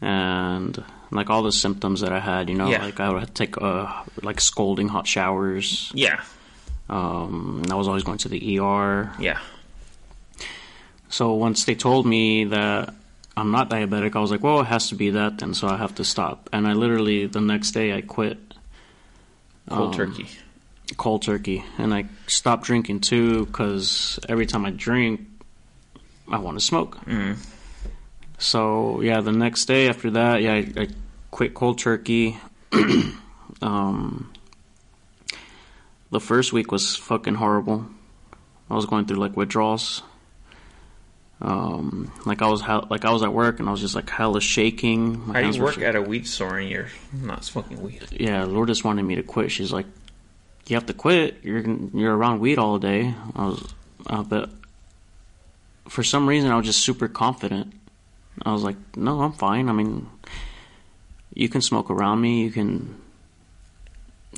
and like all the symptoms that I had. You know, Yeah. like I would take uh, like scolding hot showers. Yeah. Um, and I was always going to the ER. Yeah. So once they told me that I'm not diabetic, I was like, well, it has to be that then, so I have to stop. And I literally, the next day, I quit Um, Cold turkey. cold turkey. And I stopped drinking too, because every time I drink, I want to smoke. Mm. So yeah, the next day after that, yeah, I, I quit cold turkey. um, the first week was fucking horrible. I was going through like withdrawals. Um, like I was hell like I was at work and I was just like hella shaking. My How do hands you were work sh- at a weed store and you're not smoking weed? yeah, Lourdes wanted me to quit. She's like, "You have to quit. You're you're around weed all day." I was, uh, but for some reason, I was just super confident. I was like, "No, I'm fine. I mean, you can smoke around me. You can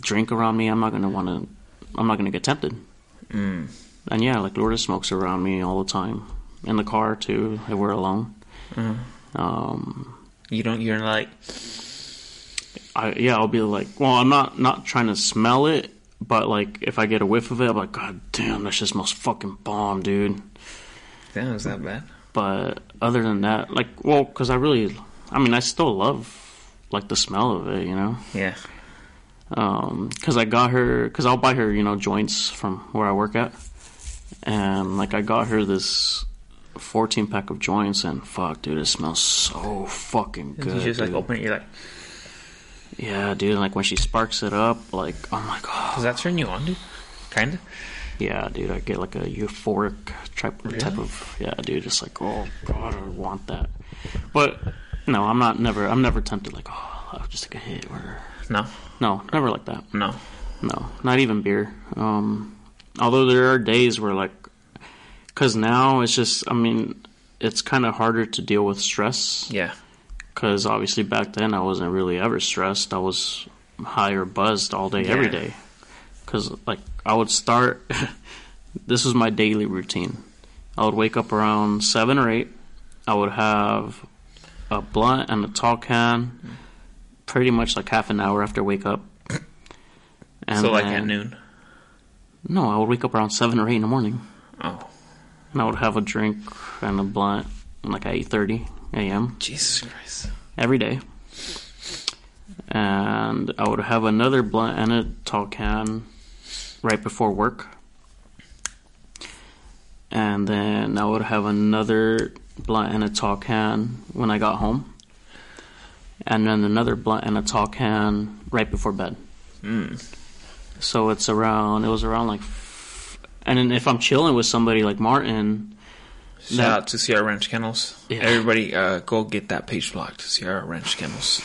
drink around me. I'm not gonna want to. I'm not gonna get tempted." Mm. And yeah, like Lourdes smokes around me all the time in the car too. If we're alone, um, You don't. You're like. I yeah, I'll be like, well, I'm not not trying to smell it, but like if I get a whiff of it, I'm like, god damn, that shit smells fucking bomb, dude. Damn, is that bad? But other than that, like, well, because I really, I mean, I still love like the smell of it, you know. Yeah. because I got her because I'll buy her you know joints from where I work at, and like I got her this fourteen pack of joints and fuck, dude, it smells so fucking good. you just like dude. open it. You're like, yeah, dude, like when she sparks it up, like oh my god. does that turn you on, dude? Kinda. Yeah, dude, I get like a euphoric type, type Really? of yeah, dude. Just like oh god, I want that. But no, I'm not never. I'm never tempted like oh, I'll just take a hit or No. no, never like that. No. No, not even beer. Um, although there are days where like, cause now it's just. I mean, it's kind of harder to deal with stress. Yeah. Cause obviously back then I wasn't really ever stressed. I was high or buzzed all day, every Yeah. day. Cause like I would start. this was my daily routine. I would wake up around seven or eight. I would have a blunt and a tall can, pretty much like half an hour after I wake up. And so like at then- noon. No, I would wake up around seven or eight in the morning, Oh, and I would have a drink and a blunt, like at eight thirty a.m. Jesus Christ. every day. And I would have another blunt and a tall can right before work. And then I would have another blunt and a tall can when I got home. And then another blunt and a tall can right before bed. So it's around, it was around like, f- and then if I'm chilling with somebody like Martin, Shout That- out to Sierra Ranch Kennels. Yeah. Everybody, uh, go get that page blocked. Sierra Ranch Kennels.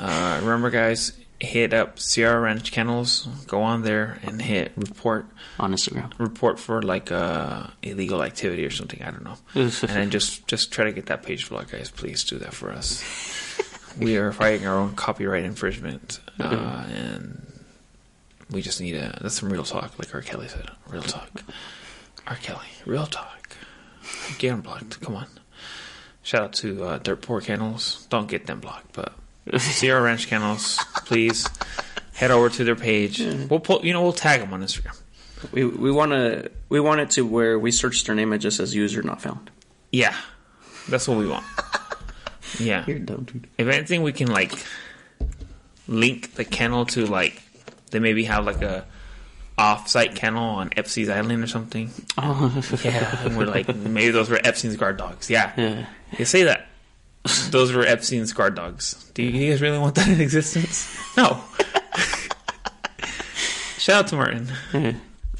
uh, remember, guys, hit up Sierra Ranch Kennels, go on there and hit report on Instagram. report for like uh, illegal activity or something. I don't know. and then just just try to get that page blocked, guys. Please do that for us. we are fighting our own copyright infringement, uh, and we just need a. That's some real talk, like R. Kelly said. Real talk. R. Kelly, real talk. Get them blocked. Come on. Shout out to uh, Dirt Poor Kennels. Don't get them blocked, but Sierra Ranch Kennels, please head over to their page. We'll pull, you know, we'll tag them on Instagram. We we want to we want it to where we search their name it just says user not found. Yeah, that's what we want. Yeah. You're dumb, dude. If anything, we can like link the kennel to like they maybe have like a off-site kennel on Epstein's Island or something. Oh, Yeah, and we're like maybe those were Epstein's guard dogs. Yeah, Yeah. you say that. Those were Epstein's guard dogs. Do you, you guys really want that in existence? No. shout out to Martin.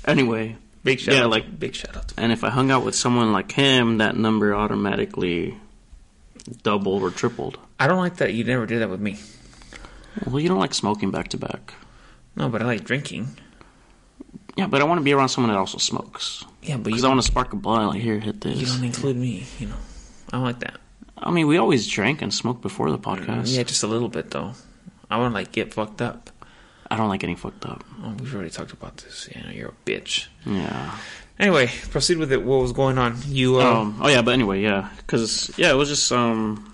Anyway, Big shout Yeah, out. like- big shout out. To and if I hung out with someone like him, that number automatically doubled or tripled. I don't like that you never did that with me. Well, you don't like smoking back to back. No, but I like drinking. Yeah, but I want to be around someone that also smokes. Yeah, but you Because I want to spark a blunt. Like, here, hit You this. don't include me, you know. I don't like that. I mean, we always drank and smoked before the podcast. Yeah, just a little bit though. I want to like get fucked up. I don't like getting fucked up. Oh, we've already talked about this. Yeah, you're a bitch. Yeah. Anyway, proceed with it. What was going on? You uh, Um, oh yeah, but anyway, yeah, because yeah, it was just um,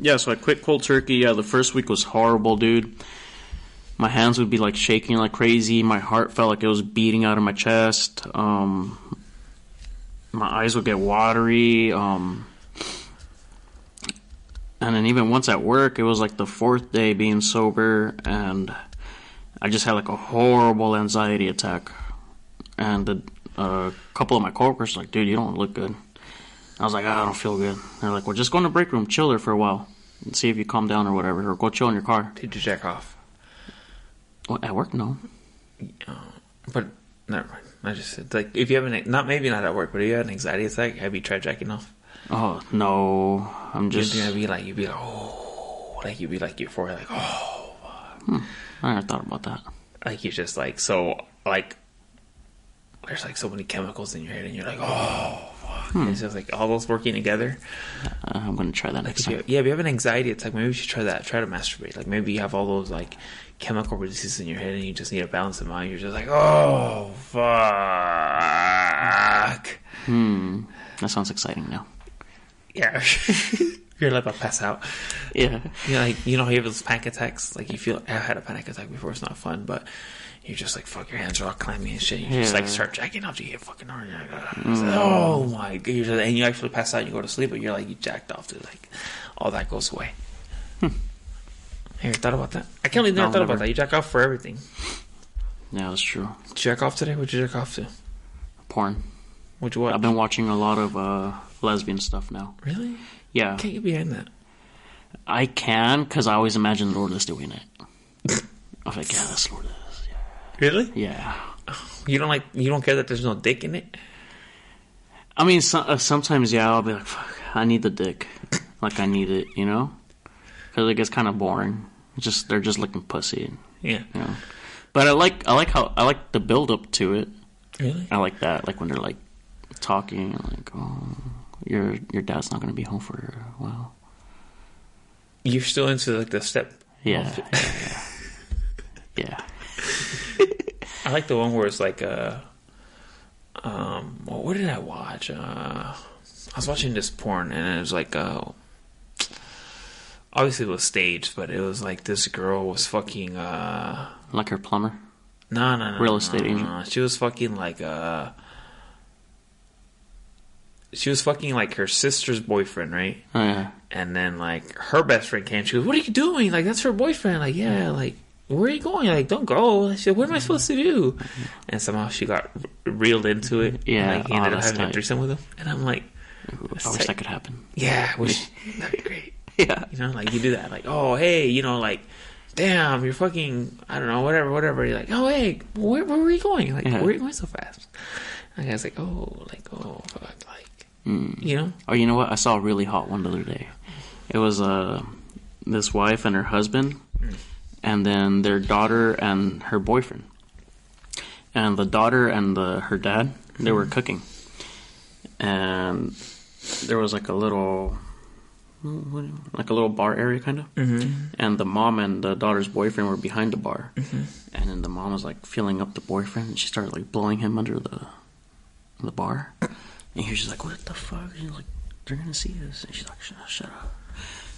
yeah. So I quit cold turkey. Yeah, the first week was horrible, dude. My hands would be like shaking like crazy. My heart felt like it was beating out of my chest. Um, my eyes would get watery. Um, and then even once at work, it was like the fourth day being sober, and I just had like a horrible anxiety attack. And a uh, couple of my coworkers like, dude, you don't look good. I was like, "Ah, I don't feel good. They're like, we're just going to break room, chill there for a while, and see if you calm down or whatever, or go chill in your car. did you jack off? Well, at work, no. But never mind. I just said like if you have an not maybe not at work, but if you have an anxiety attack, have you tried jacking off? Oh no, I'm Just just. gonna be like you'd be like oh, like you'd be like your forehead like oh, I never thought about that. like you're just like so like there's like so many chemicals in your head, and you're like oh, fuck. it's just like all those working together. Uh, I'm gonna try that next If you- time. yeah, if you have an anxiety attack, maybe you should try that. Try to masturbate. Like maybe you have all those like chemical releases in your head, and you just need to balance them out. You're just like, oh fuck, That sounds exciting now. yeah. You're like about to pass out. Yeah, You know, like you know, how you have those panic attacks. Like you feel, I've had a panic attack before. It's not fun, but you're just like, fuck, your hands are all clammy and shit. You just Yeah. Mm. like start jacking off. You get fucking hard. You're like, "Ugh." It's like, oh my god! You're just- and you actually pass out. You go to sleep, but you're like, you jacked off. Dude, like all that goes away. Have you ever thought about that? I can't believe you never Hmm. No, thought about never. that. You jack off for everything. yeah, that's true. Did you jack off today? What'd you jack off to? Porn. What'd you watch? I've been watching a lot of uh, lesbian stuff now. really? Yeah, Can't get behind that. I can because I always imagine Lourdes doing it. I was like, yeah, that's Lourdes. Really? Yeah. You don't like? You don't care that there's no dick in it? I mean, so, uh, sometimes yeah, I'll be like, "Fuck, I need the dick, like I need it," you know, because it gets kind of boring. It's just they're just looking pussy, Yeah. you know. But I like I like how I like the build up to it. Really? I like that, like when they're like talking, like, "Oh, your your dad's not gonna be home for a while." You're still into like the step Yeah, yeah, yeah. yeah. I like the one where it's like uh um well, what did I watch? Uh I was watching this porn and it was like uh obviously it was staged, but it was like this girl was fucking uh like her plumber. no no no Real no, estate no, agent. no. She was fucking like uh she was fucking like her sister's boyfriend, right? Oh, yeah, And then like her best friend came. She goes, "What are you doing? Like that's her boyfriend. Like yeah, like where are you going? Like don't go." And she said, "What Mm-hmm. am I supposed to do?" And somehow she got re- reeled into it. and, Yeah, like, he oh, ended up that's having a tight. threesome with him. And I'm like, I wish tight. that could happen. yeah, I wish that'd be great. Yeah, You know, like you do that. Like oh hey, you know like. Damn, you're fucking. I don't know, whatever, whatever. You're like, oh hey, where, where were you going? Like, Yeah. where are you going so fast? And I was like, oh, like, oh, fuck, like, you know, Oh, you know what? I saw a really hot one the other day. It was uh, this wife and her husband, and then their daughter and her boyfriend. And the daughter and the her dad, they were cooking, and there was like a little, like a little bar area kind of. And the mom and the daughter's boyfriend were behind the bar, and then the mom was like filling up the boyfriend, and she started like blowing him under the, the bar, and he was just like, "What the fuck?" And he was like, "They're gonna see this," and she's like, "Shut up, shut up."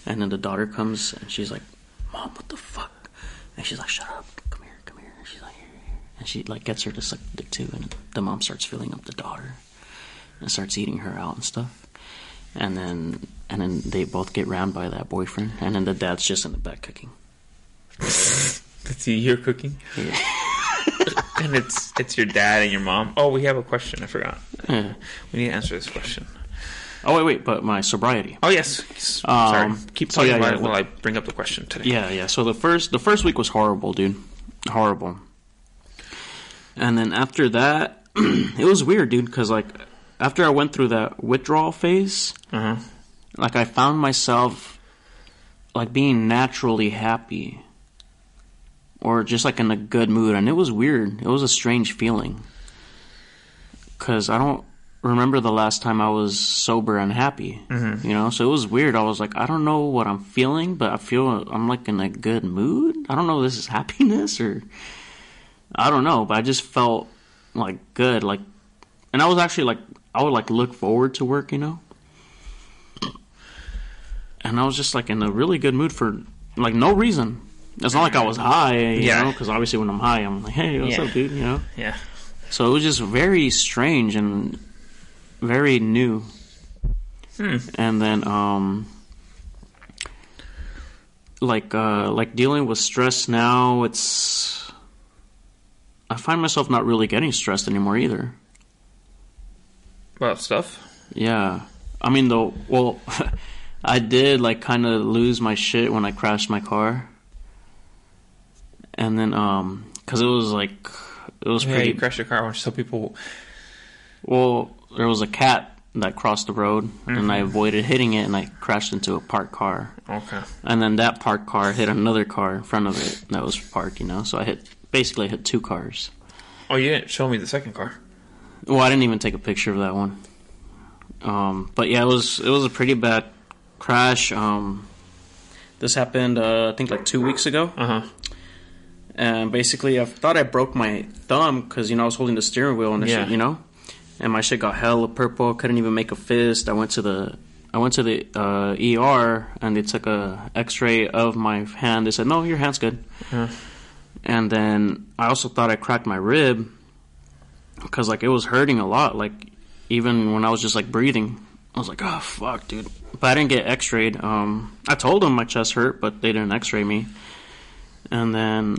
And then the daughter comes and she's like, "Mom, what the fuck?" And she's like, "Shut up, come here, come here." And she's like, "Here, here." And she like gets her to suck the dick too, and the mom starts filling up the daughter and starts eating her out and stuff. And then and then they both get rammed by that boyfriend, and then the dad's just in the back cooking. It's you here cooking, Yeah. and it's it's your dad and your mom. Oh, we have a question. I forgot. Yeah. We need to answer this question. Oh wait, wait, but my sobriety. Oh yes. S- Um, Sorry. Keep so talking yeah, about yeah, it what- while I bring up the question today. Yeah, yeah. So the first the first week was horrible, dude. Horrible. And then after that, it was weird, dude, cuz like after I went through that withdrawal phase, Uh-huh. like I found myself like being naturally happy or just like in a good mood and it was weird. It was a strange feeling. Cuz I don't remember the last time I was sober and happy. Mm-hmm. You know, so it was weird. I was like I don't know what I'm feeling, but I feel I'm like in a good mood. I don't know if this is happiness or I don't know, but I just felt like good like and I was actually like I would like look forward to work, you know? and I was just like in a really good mood for like no reason. It's not like I was high, you Mm-hmm. Yeah. because obviously when I'm high, I'm like, hey, what's Yeah. up, dude? You know. Yeah. So it was just very strange and very new. And then, um, like, uh, like dealing with stress now, it's. I find myself not really getting stressed anymore either. About stuff. Yeah. I mean, though, well, I did, like, kind of lose my shit when I crashed my car. And then, um, because it was, like, it was Yeah, pretty. you crashed your car. Why don't you tell people? well, there was a cat that crossed the road, and I avoided hitting it, and I crashed into a parked car. Okay. And then that parked car hit another car in front of it that was parked, you know? So I hit, basically, I hit two cars. Oh, you didn't show me the second car. Well, I didn't even take a picture of that one. Um, but yeah, it was it was a pretty bad crash. Um, this happened, uh, I think, like two weeks ago. Uh huh. And basically, I thought I broke my thumb because you know I was holding the steering wheel and the Yeah. shit, you know, and my shit got hella purple. Couldn't even make a fist. I went to the I went to the uh, ER and they took a X ray of my hand. They said, "No, your hand's good." And then I also thought I cracked my rib because like it was hurting a lot. Like even when I was just like breathing, I was like, "Oh fuck, dude!" But I didn't get X-rayed. Um, I told them my chest hurt, but they didn't X-ray me. And then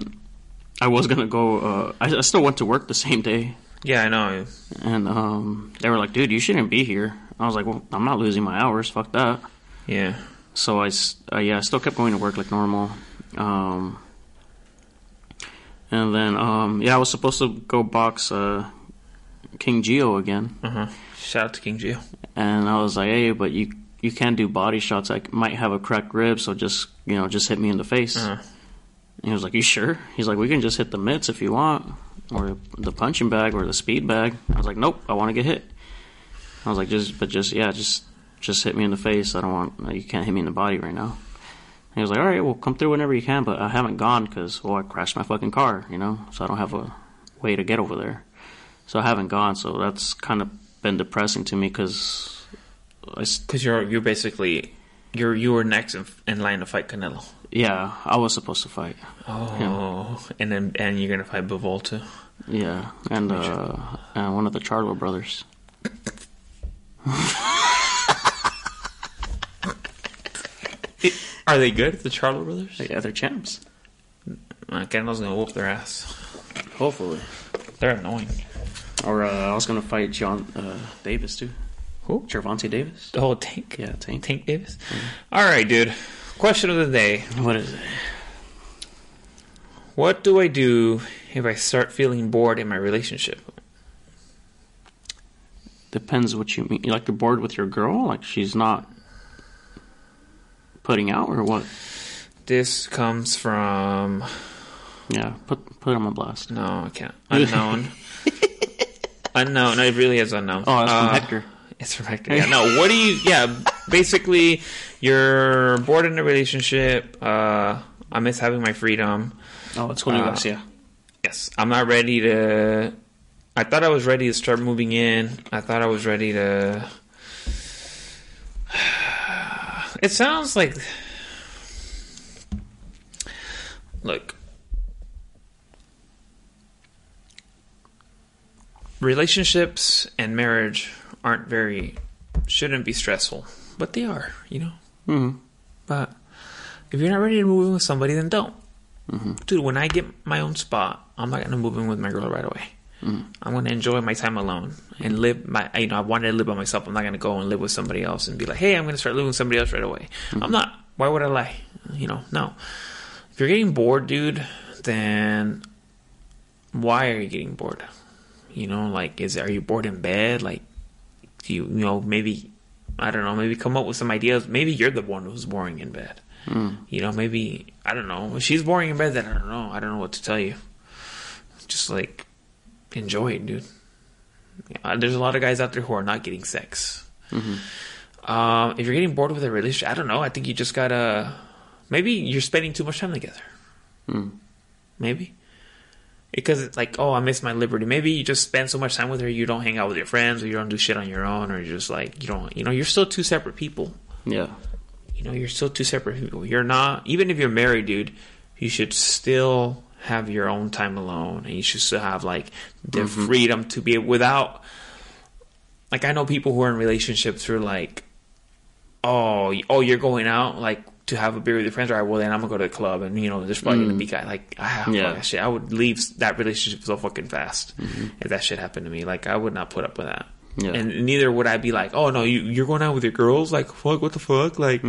I was gonna go. Uh, I, I still went to work the same day, Yeah, I know. and um, they were like, "Dude, you shouldn't be here." I was like, "Well, I'm not losing my hours. Fuck that." Yeah. So I, s- uh, yeah, I still kept going to work like normal. Um, and then, um, yeah, I was supposed to go box uh, King Geo again, Uh huh. Shout out to King Geo. and I was like, "Hey, but you you can't do body shots. I might have a cracked rib, so just you know, just hit me in the face." Uh-huh. And he was like, "You sure?" He's like, "We can just hit the mitts if you want, or the punching bag, or the speed bag." I was like, "Nope, I want to get hit." I was like, "Just, but just, yeah, just, just hit me in the face. I don't want you can't hit me in the body right now." And he was like, "All right, well, come through whenever you can, but I haven't gone because well, I crashed my fucking car, you know, so I don't have a way to get over there, so I haven't gone. So that's kind of been depressing to me because I s- Because you're you're basically you're you were next in, in line to fight Canelo. yeah, I was supposed to fight." Oh, and then and you're gonna fight Bivolta. Yeah, and uh, and one of the Charlo brothers. Are they good? The Charlo brothers? Yeah, they're champs. Uh, Canelo's gonna whoop their ass. Hopefully. They're annoying. Or uh, I was gonna fight John uh, Davis too. Who? Gervonta Davis. The whole tank. Yeah, Mm-hmm. Tank. Tank Davis. All right, dude. Question of the day: What is it? What do I do if I start feeling bored in my relationship? Depends what you mean. You like you're bored with your girl? Like she's not putting out or what? This comes from Yeah, put put him on blast. no, I can't. Unknown. unknown. No, it really is unknown. Oh, that's from Uh, Hector. It's from Hector. Yeah. No. What do you? Yeah. Basically, you're bored in a relationship. Uh, I miss having my freedom. Oh, it's one of uh, us. Yeah. Yes, I'm not ready to. I thought I was ready to start moving in. I thought I was ready to. It sounds like. Look. Relationships and marriage aren't very. shouldn't be stressful, but they are, you know? Mm-hmm. But if you're not ready to move in with somebody, then don't. Dude, when I get my own spot, I'm not gonna move in with my girl right away. I'm gonna enjoy my time alone and live my. You know, I wanted to live by myself. I'm not gonna go and live with somebody else and be like, hey, I'm gonna start living with somebody else right away. I'm not. Why would I lie? You know, no. If you're getting bored, dude, then why are you getting bored? You know, like, is are you bored in bed? Like, do you, you know, maybe I don't know, maybe come up with some ideas. Maybe you're the one who's boring in bed. You know, maybe I don't know. If she's boring in bed, then I don't know. I don't know what to tell you. Just like enjoy it, dude. Yeah, there's a lot of guys out there who are not getting sex. Um, if you're getting bored with a relationship, I don't know. I think you just gotta. Maybe you're spending too much time together. Maybe because it's like, oh, I miss my liberty. Maybe you just spend so much time with her, you don't hang out with your friends, or you don't do shit on your own, or you're just like you don't, you know, you're still two separate people. Yeah. You know, you're still two separate people. You're not even if you're married, dude. You should still have your own time alone, and you should still have like the Mm-hmm. freedom to be without. Like I know people who are in relationships who are like, oh, y- oh, you're going out like to have a beer with your friends. All right, well then I'm gonna go to the club, and you know there's probably gonna be guy like I have Mm. Yeah. Mm-hmm. that shit. I would leave that relationship so fucking fast if that shit happened to me. Like I would not put up with that. Yeah. And neither would I be like, oh no, you you're going out with your girls. Like fuck, what the fuck? Like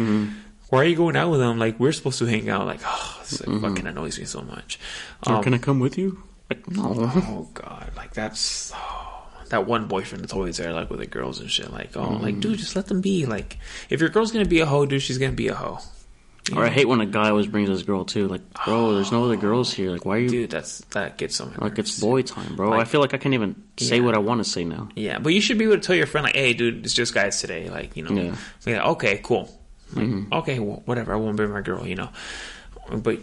why are you going out with them? Like we're supposed to hang out. Like oh, this like, fucking annoys me so much. Or Um, can I come with you? Oh. Like, no. oh god, like that's oh, that one boyfriend that's always there, like with the girls and shit. Like oh, like dude, just let them be. Like if your girl's gonna be a hoe, dude, she's gonna be a hoe. Or I hate when a guy always brings his girl too. Like, bro, there's no other girls here. Like, why are you? Dude, that's that gets something. like, it's boy time, bro. I feel like I can't even say Yeah. what I want to say now. Yeah, but you should be able to tell your friend like, "Hey, dude, it's just guys today." Like, you know, Yeah. Be like, okay, cool. Like, Okay, well, whatever. I won't be my girl, you know. But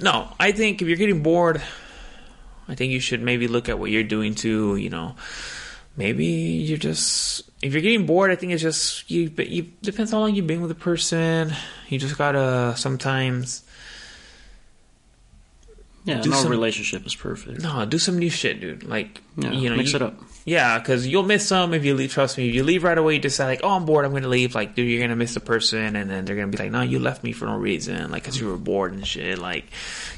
no, I think if you're getting bored, I think you should maybe look at what you're doing too. You know, maybe you're just if you're getting bored. I think it's just you. But you depends how long you've been with a person. You just gotta sometimes Yeah, Do no some- relationship is perfect. no do some new shit, dude. Like Yeah, you know, mix you- it up. Yeah, because you'll miss some if you leave. Trust me, if you leave right away, you decide like, oh, I'm bored, I'm gonna leave. Like, dude, you're gonna miss the person, and then they're gonna be like, no, you left me for no reason, like, cause you were bored and shit. Like,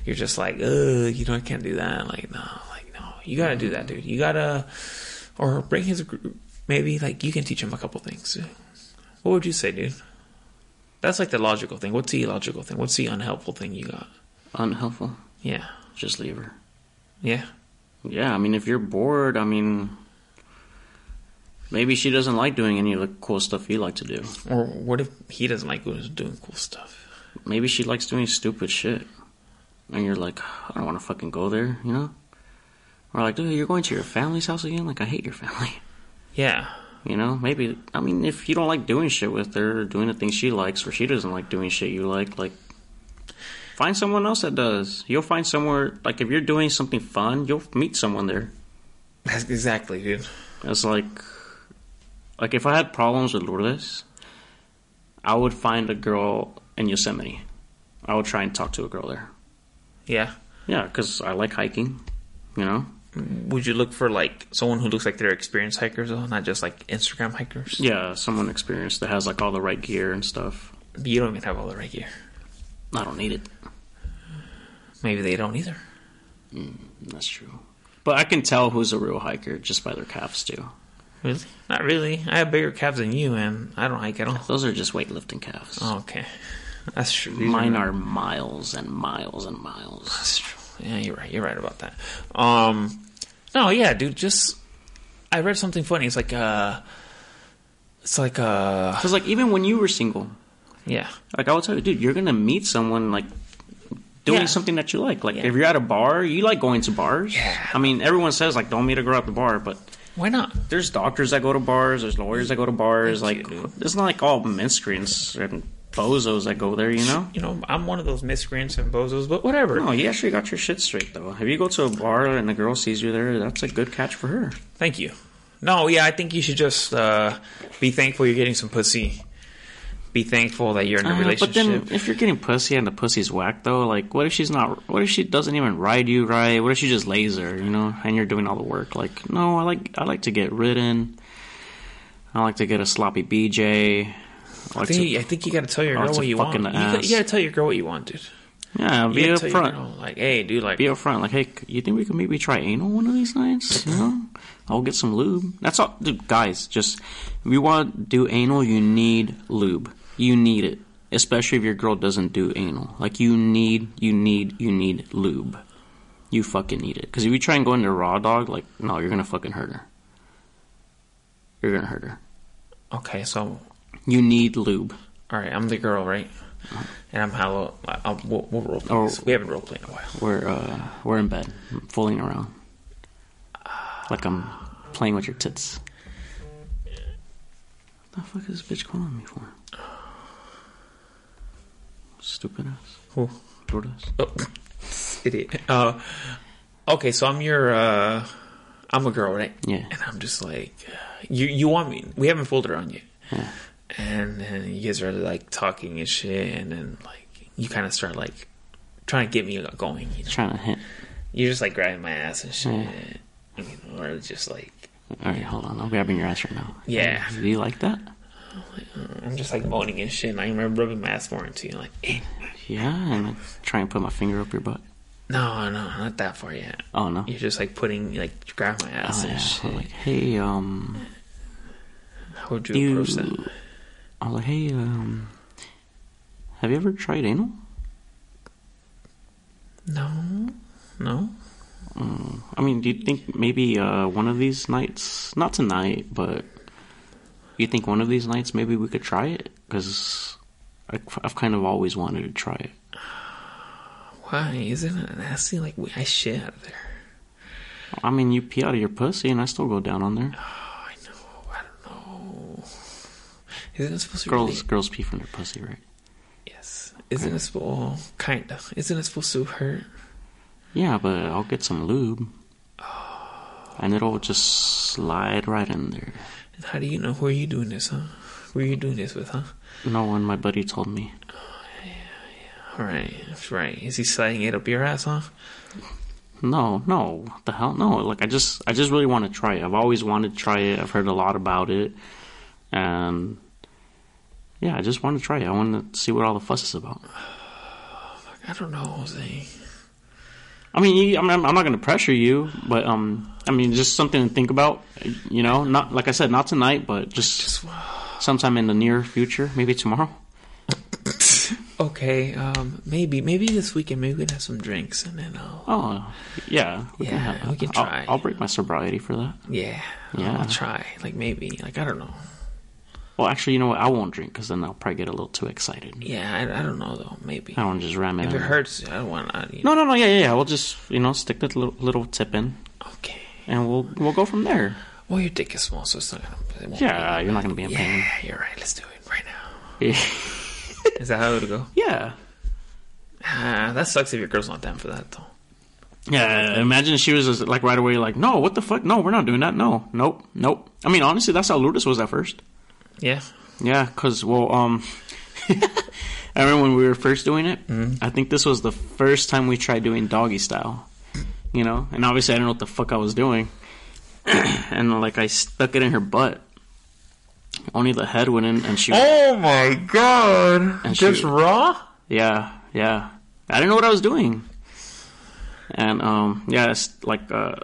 you're just like, ugh, you know, I can't do that. Like, no, like, no, you gotta do that, dude. You gotta, or bring his group. Maybe like you can teach him a couple things. What would you say, dude? That's like the logical thing. What's the illogical thing? What's the unhelpful thing you got? Unhelpful. Yeah, Just leave her. yeah. Yeah, I mean, if you're bored, I mean, maybe she doesn't like doing any of the cool stuff you like to do. Or what if he doesn't like who's doing cool stuff? Maybe she likes doing stupid shit. And you're like, I don't want to fucking go there, you know? Or like, dude, you're going to your family's house again? Like, I hate your family. Yeah. You know, maybe, I mean, if you don't like doing shit with her, or doing the things she likes, or she doesn't like doing shit you like, like, find someone else that does. You'll find somewhere, like, if you're doing something fun, you'll meet someone there. That's exactly, dude. It's like, like if I had problems with Lourdes, I would find a girl in Yosemite. I would try and talk to a girl there. Yeah. Yeah, because I like hiking. You know. Would you look for like someone who looks like they're experienced hikers though, not just like Instagram hikers? Yeah, someone experienced that has like all the right gear and stuff. You don't even have all the right gear. I don't need it. Maybe they don't either. That's true. But I can tell who's a real hiker just by their calves too. Really? Not really. I have bigger calves than you, and I don't hike at all. Those are just weightlifting calves. Okay, that's true. Oh, These Mine not- are miles and miles and miles. That's true. Yeah, you're right. You're right about that. Um, no, yeah, dude. Just I read something funny. It's like uh, it's like uh, Because like even when you were single, yeah, Like I would tell you, dude, you're gonna meet someone like doing Yeah. something that you like. Like Yeah. if you're at a bar, you like going to bars. Yeah. I mean, everyone says like don't meet a girl at the bar, but Why not? there's doctors that go to bars, there's lawyers that go to bars. Thank Like you, dude. it's not like all miscreants and bozos that go there, you know. You know, I'm one of those miscreants and bozos, but whatever. No, you actually got your shit straight though. If you go to a bar and the girl sees you there, that's a good catch for her. Thank you. No, yeah, I think you should just uh, be thankful you're getting some pussy. Be thankful that you're in a Uh, but relationship. then, if you're getting pussy and the pussy's whack though, like what if she's not? What if she doesn't even ride you right? What if she just lays there, you know, and you're doing all the work? Like, no, I like I like to get ridden. I like to get a sloppy BJ. I I like think, to, I think you got to tell your Oh, girl it's a what you want. fucking You, got- ass. you got to tell your girl what you want, dude. yeah, be You up gotta tell your front. girl, like, hey, dude, like, Be up front. Like, hey, c- you think we could maybe try anal one of these nights? You know, I'll get some lube. That's all, dude, guys. Just if you want to do anal, you need lube. You need it, especially if your girl doesn't do anal. Like, you need, you need, you need lube. You fucking need it. Because if you try and go into raw dog, like, no, you're gonna fucking hurt her. You're gonna hurt her. okay, so, You need lube. all right, I'm the girl, right? And I'm hello. I'll, we'll, we'll role play. Oh. this. We haven't role played in a while. We're uh, we're in bed, fooling around, like I'm playing with your tits. What the fuck is this bitch calling me for? Stupid ass. Who? Jordas. Oh, idiot. Uh, okay, so I'm your, uh, I'm a girl, right? Yeah. And I'm just like, you, you want me? We haven't fooled around yet. And then you guys are like talking and shit, and then like you kind of start like trying to get me going. You know? Trying to hit. You're just like grabbing my ass and shit, Mm. you know, or just like All right, hold on. I'm grabbing your ass right now. Yeah. Do you like that? I'm just like moaning and shit. And I remember rubbing my ass more into you, like, eh, Yeah. And I try and put my finger up your butt. no, no, not that far yet. Oh no. You're just like putting like grab my ass Oh and yeah. shit. I'm like, hey, um, How would you, you. approach that? I'm like, hey, um, have you ever tried anal? No, no. I mean, do you think maybe uh, one of these nights, not tonight, but you think one of these nights maybe we could try it? Because I've kind of always wanted to try it. Why isn't it nasty? Like we- I shit out of there. I mean, you pee out of your pussy and I still go down on there. Oh, I know. I don't know. Isn't it supposed to Girls, Really, girls pee from their pussy, right? yes. Isn't it supposed? Kind of. Isn't it supposed to hurt? Yeah, but I'll get some lube, and it'll just slide right in there. And how do you know? Who are you doing this, huh? Who are you doing this with, huh? No one, my buddy told me. All right, that's right. Is he sliding it up your ass, huh? No, no, what the hell, no. Like I just, I just really want to try it. I've always wanted to try it. I've heard a lot about it, and yeah, I just want to try it. I want to see what all the fuss is about. I don't know, Jose. I mean, you, I'm, I'm I'm not going to pressure you, but um, I mean, just something to think about. You know, not like I said, not tonight, but just Just uh, sometime in the near future, maybe tomorrow. okay. Um, maybe, maybe this weekend, maybe we can have some drinks, and then I'll. Oh, yeah, we can Yeah, have that. we can I'll- try. I'll, break my sobriety for that. Yeah, Yeah. I'll try. Like maybe, like I don't know. Well, actually, you know what? I won't drink because then I'll probably get a little too excited. Yeah, I, I don't know though. Maybe I want to just ram it. if in it there. hurts, I don't want. to. No, no, no. Yeah, yeah, yeah. We'll just you know stick that little, little tip in, Okay. and we'll we'll go from there. Well, your dick is small, so it's not gonna. It won't Yeah, you're not gonna be in Be, pain. yeah, you're right. Let's do it right now. Yeah. Is that how it'll go? yeah. Ah, that sucks if your girl's not down for that though. Yeah, imagine she was just, like right away, like, no, what the fuck? No, we're not doing that. No, nope, nope. I mean, honestly, that's how Lourdes was at first. Yeah. Yeah, because, well, um, I remember when we were first doing it, I think this was the first time we tried doing doggy style, you know? And obviously, I didn't know what the fuck I was doing. and, like, I stuck it in her butt. Only the head went in, and she Oh my god! And Just she- raw. Yeah, yeah. I didn't know what I was doing. And um, yeah, it's like uh,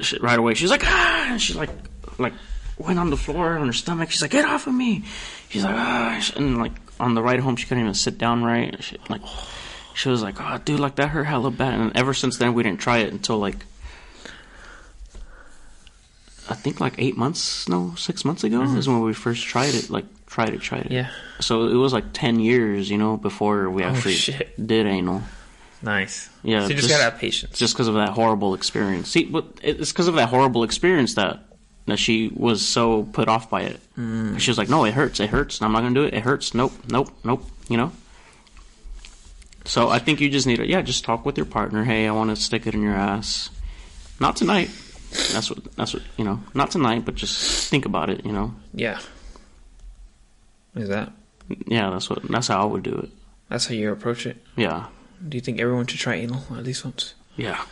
she, right away she's like ah, and she's like like went on the floor on her stomach. She's like get off of me. She's like ah, and like on the ride home she couldn't even sit down right. She, like she was like oh dude like that hurt hella bad. And ever since then we didn't try it until like I think like eight months no six months ago is when we first tried it like tried it tried it Yeah. so it was like 10 years, you know, before we actually shit. did anal. Nice. Yeah, So you just, just- gotta have patience. just because of that horrible experience. See, but it's because of that horrible experience that that she was so put off by it. She was like, "No, it hurts. It hurts. I'm not gonna do it. It hurts. Nope. Nope. Nope." You know. So I think you just need to yeah, just talk with your partner. Hey, I want to stick it in your ass. Not tonight. That's what. That's what you know. Not tonight, but just think about it. You know. yeah. Is that? Yeah, that's what. That's how I would do it. That's how you approach it. Yeah. Do you think everyone should try anal at least once? Yeah.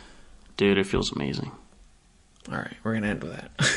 Dude, it feels amazing. All right, we're gonna end with that.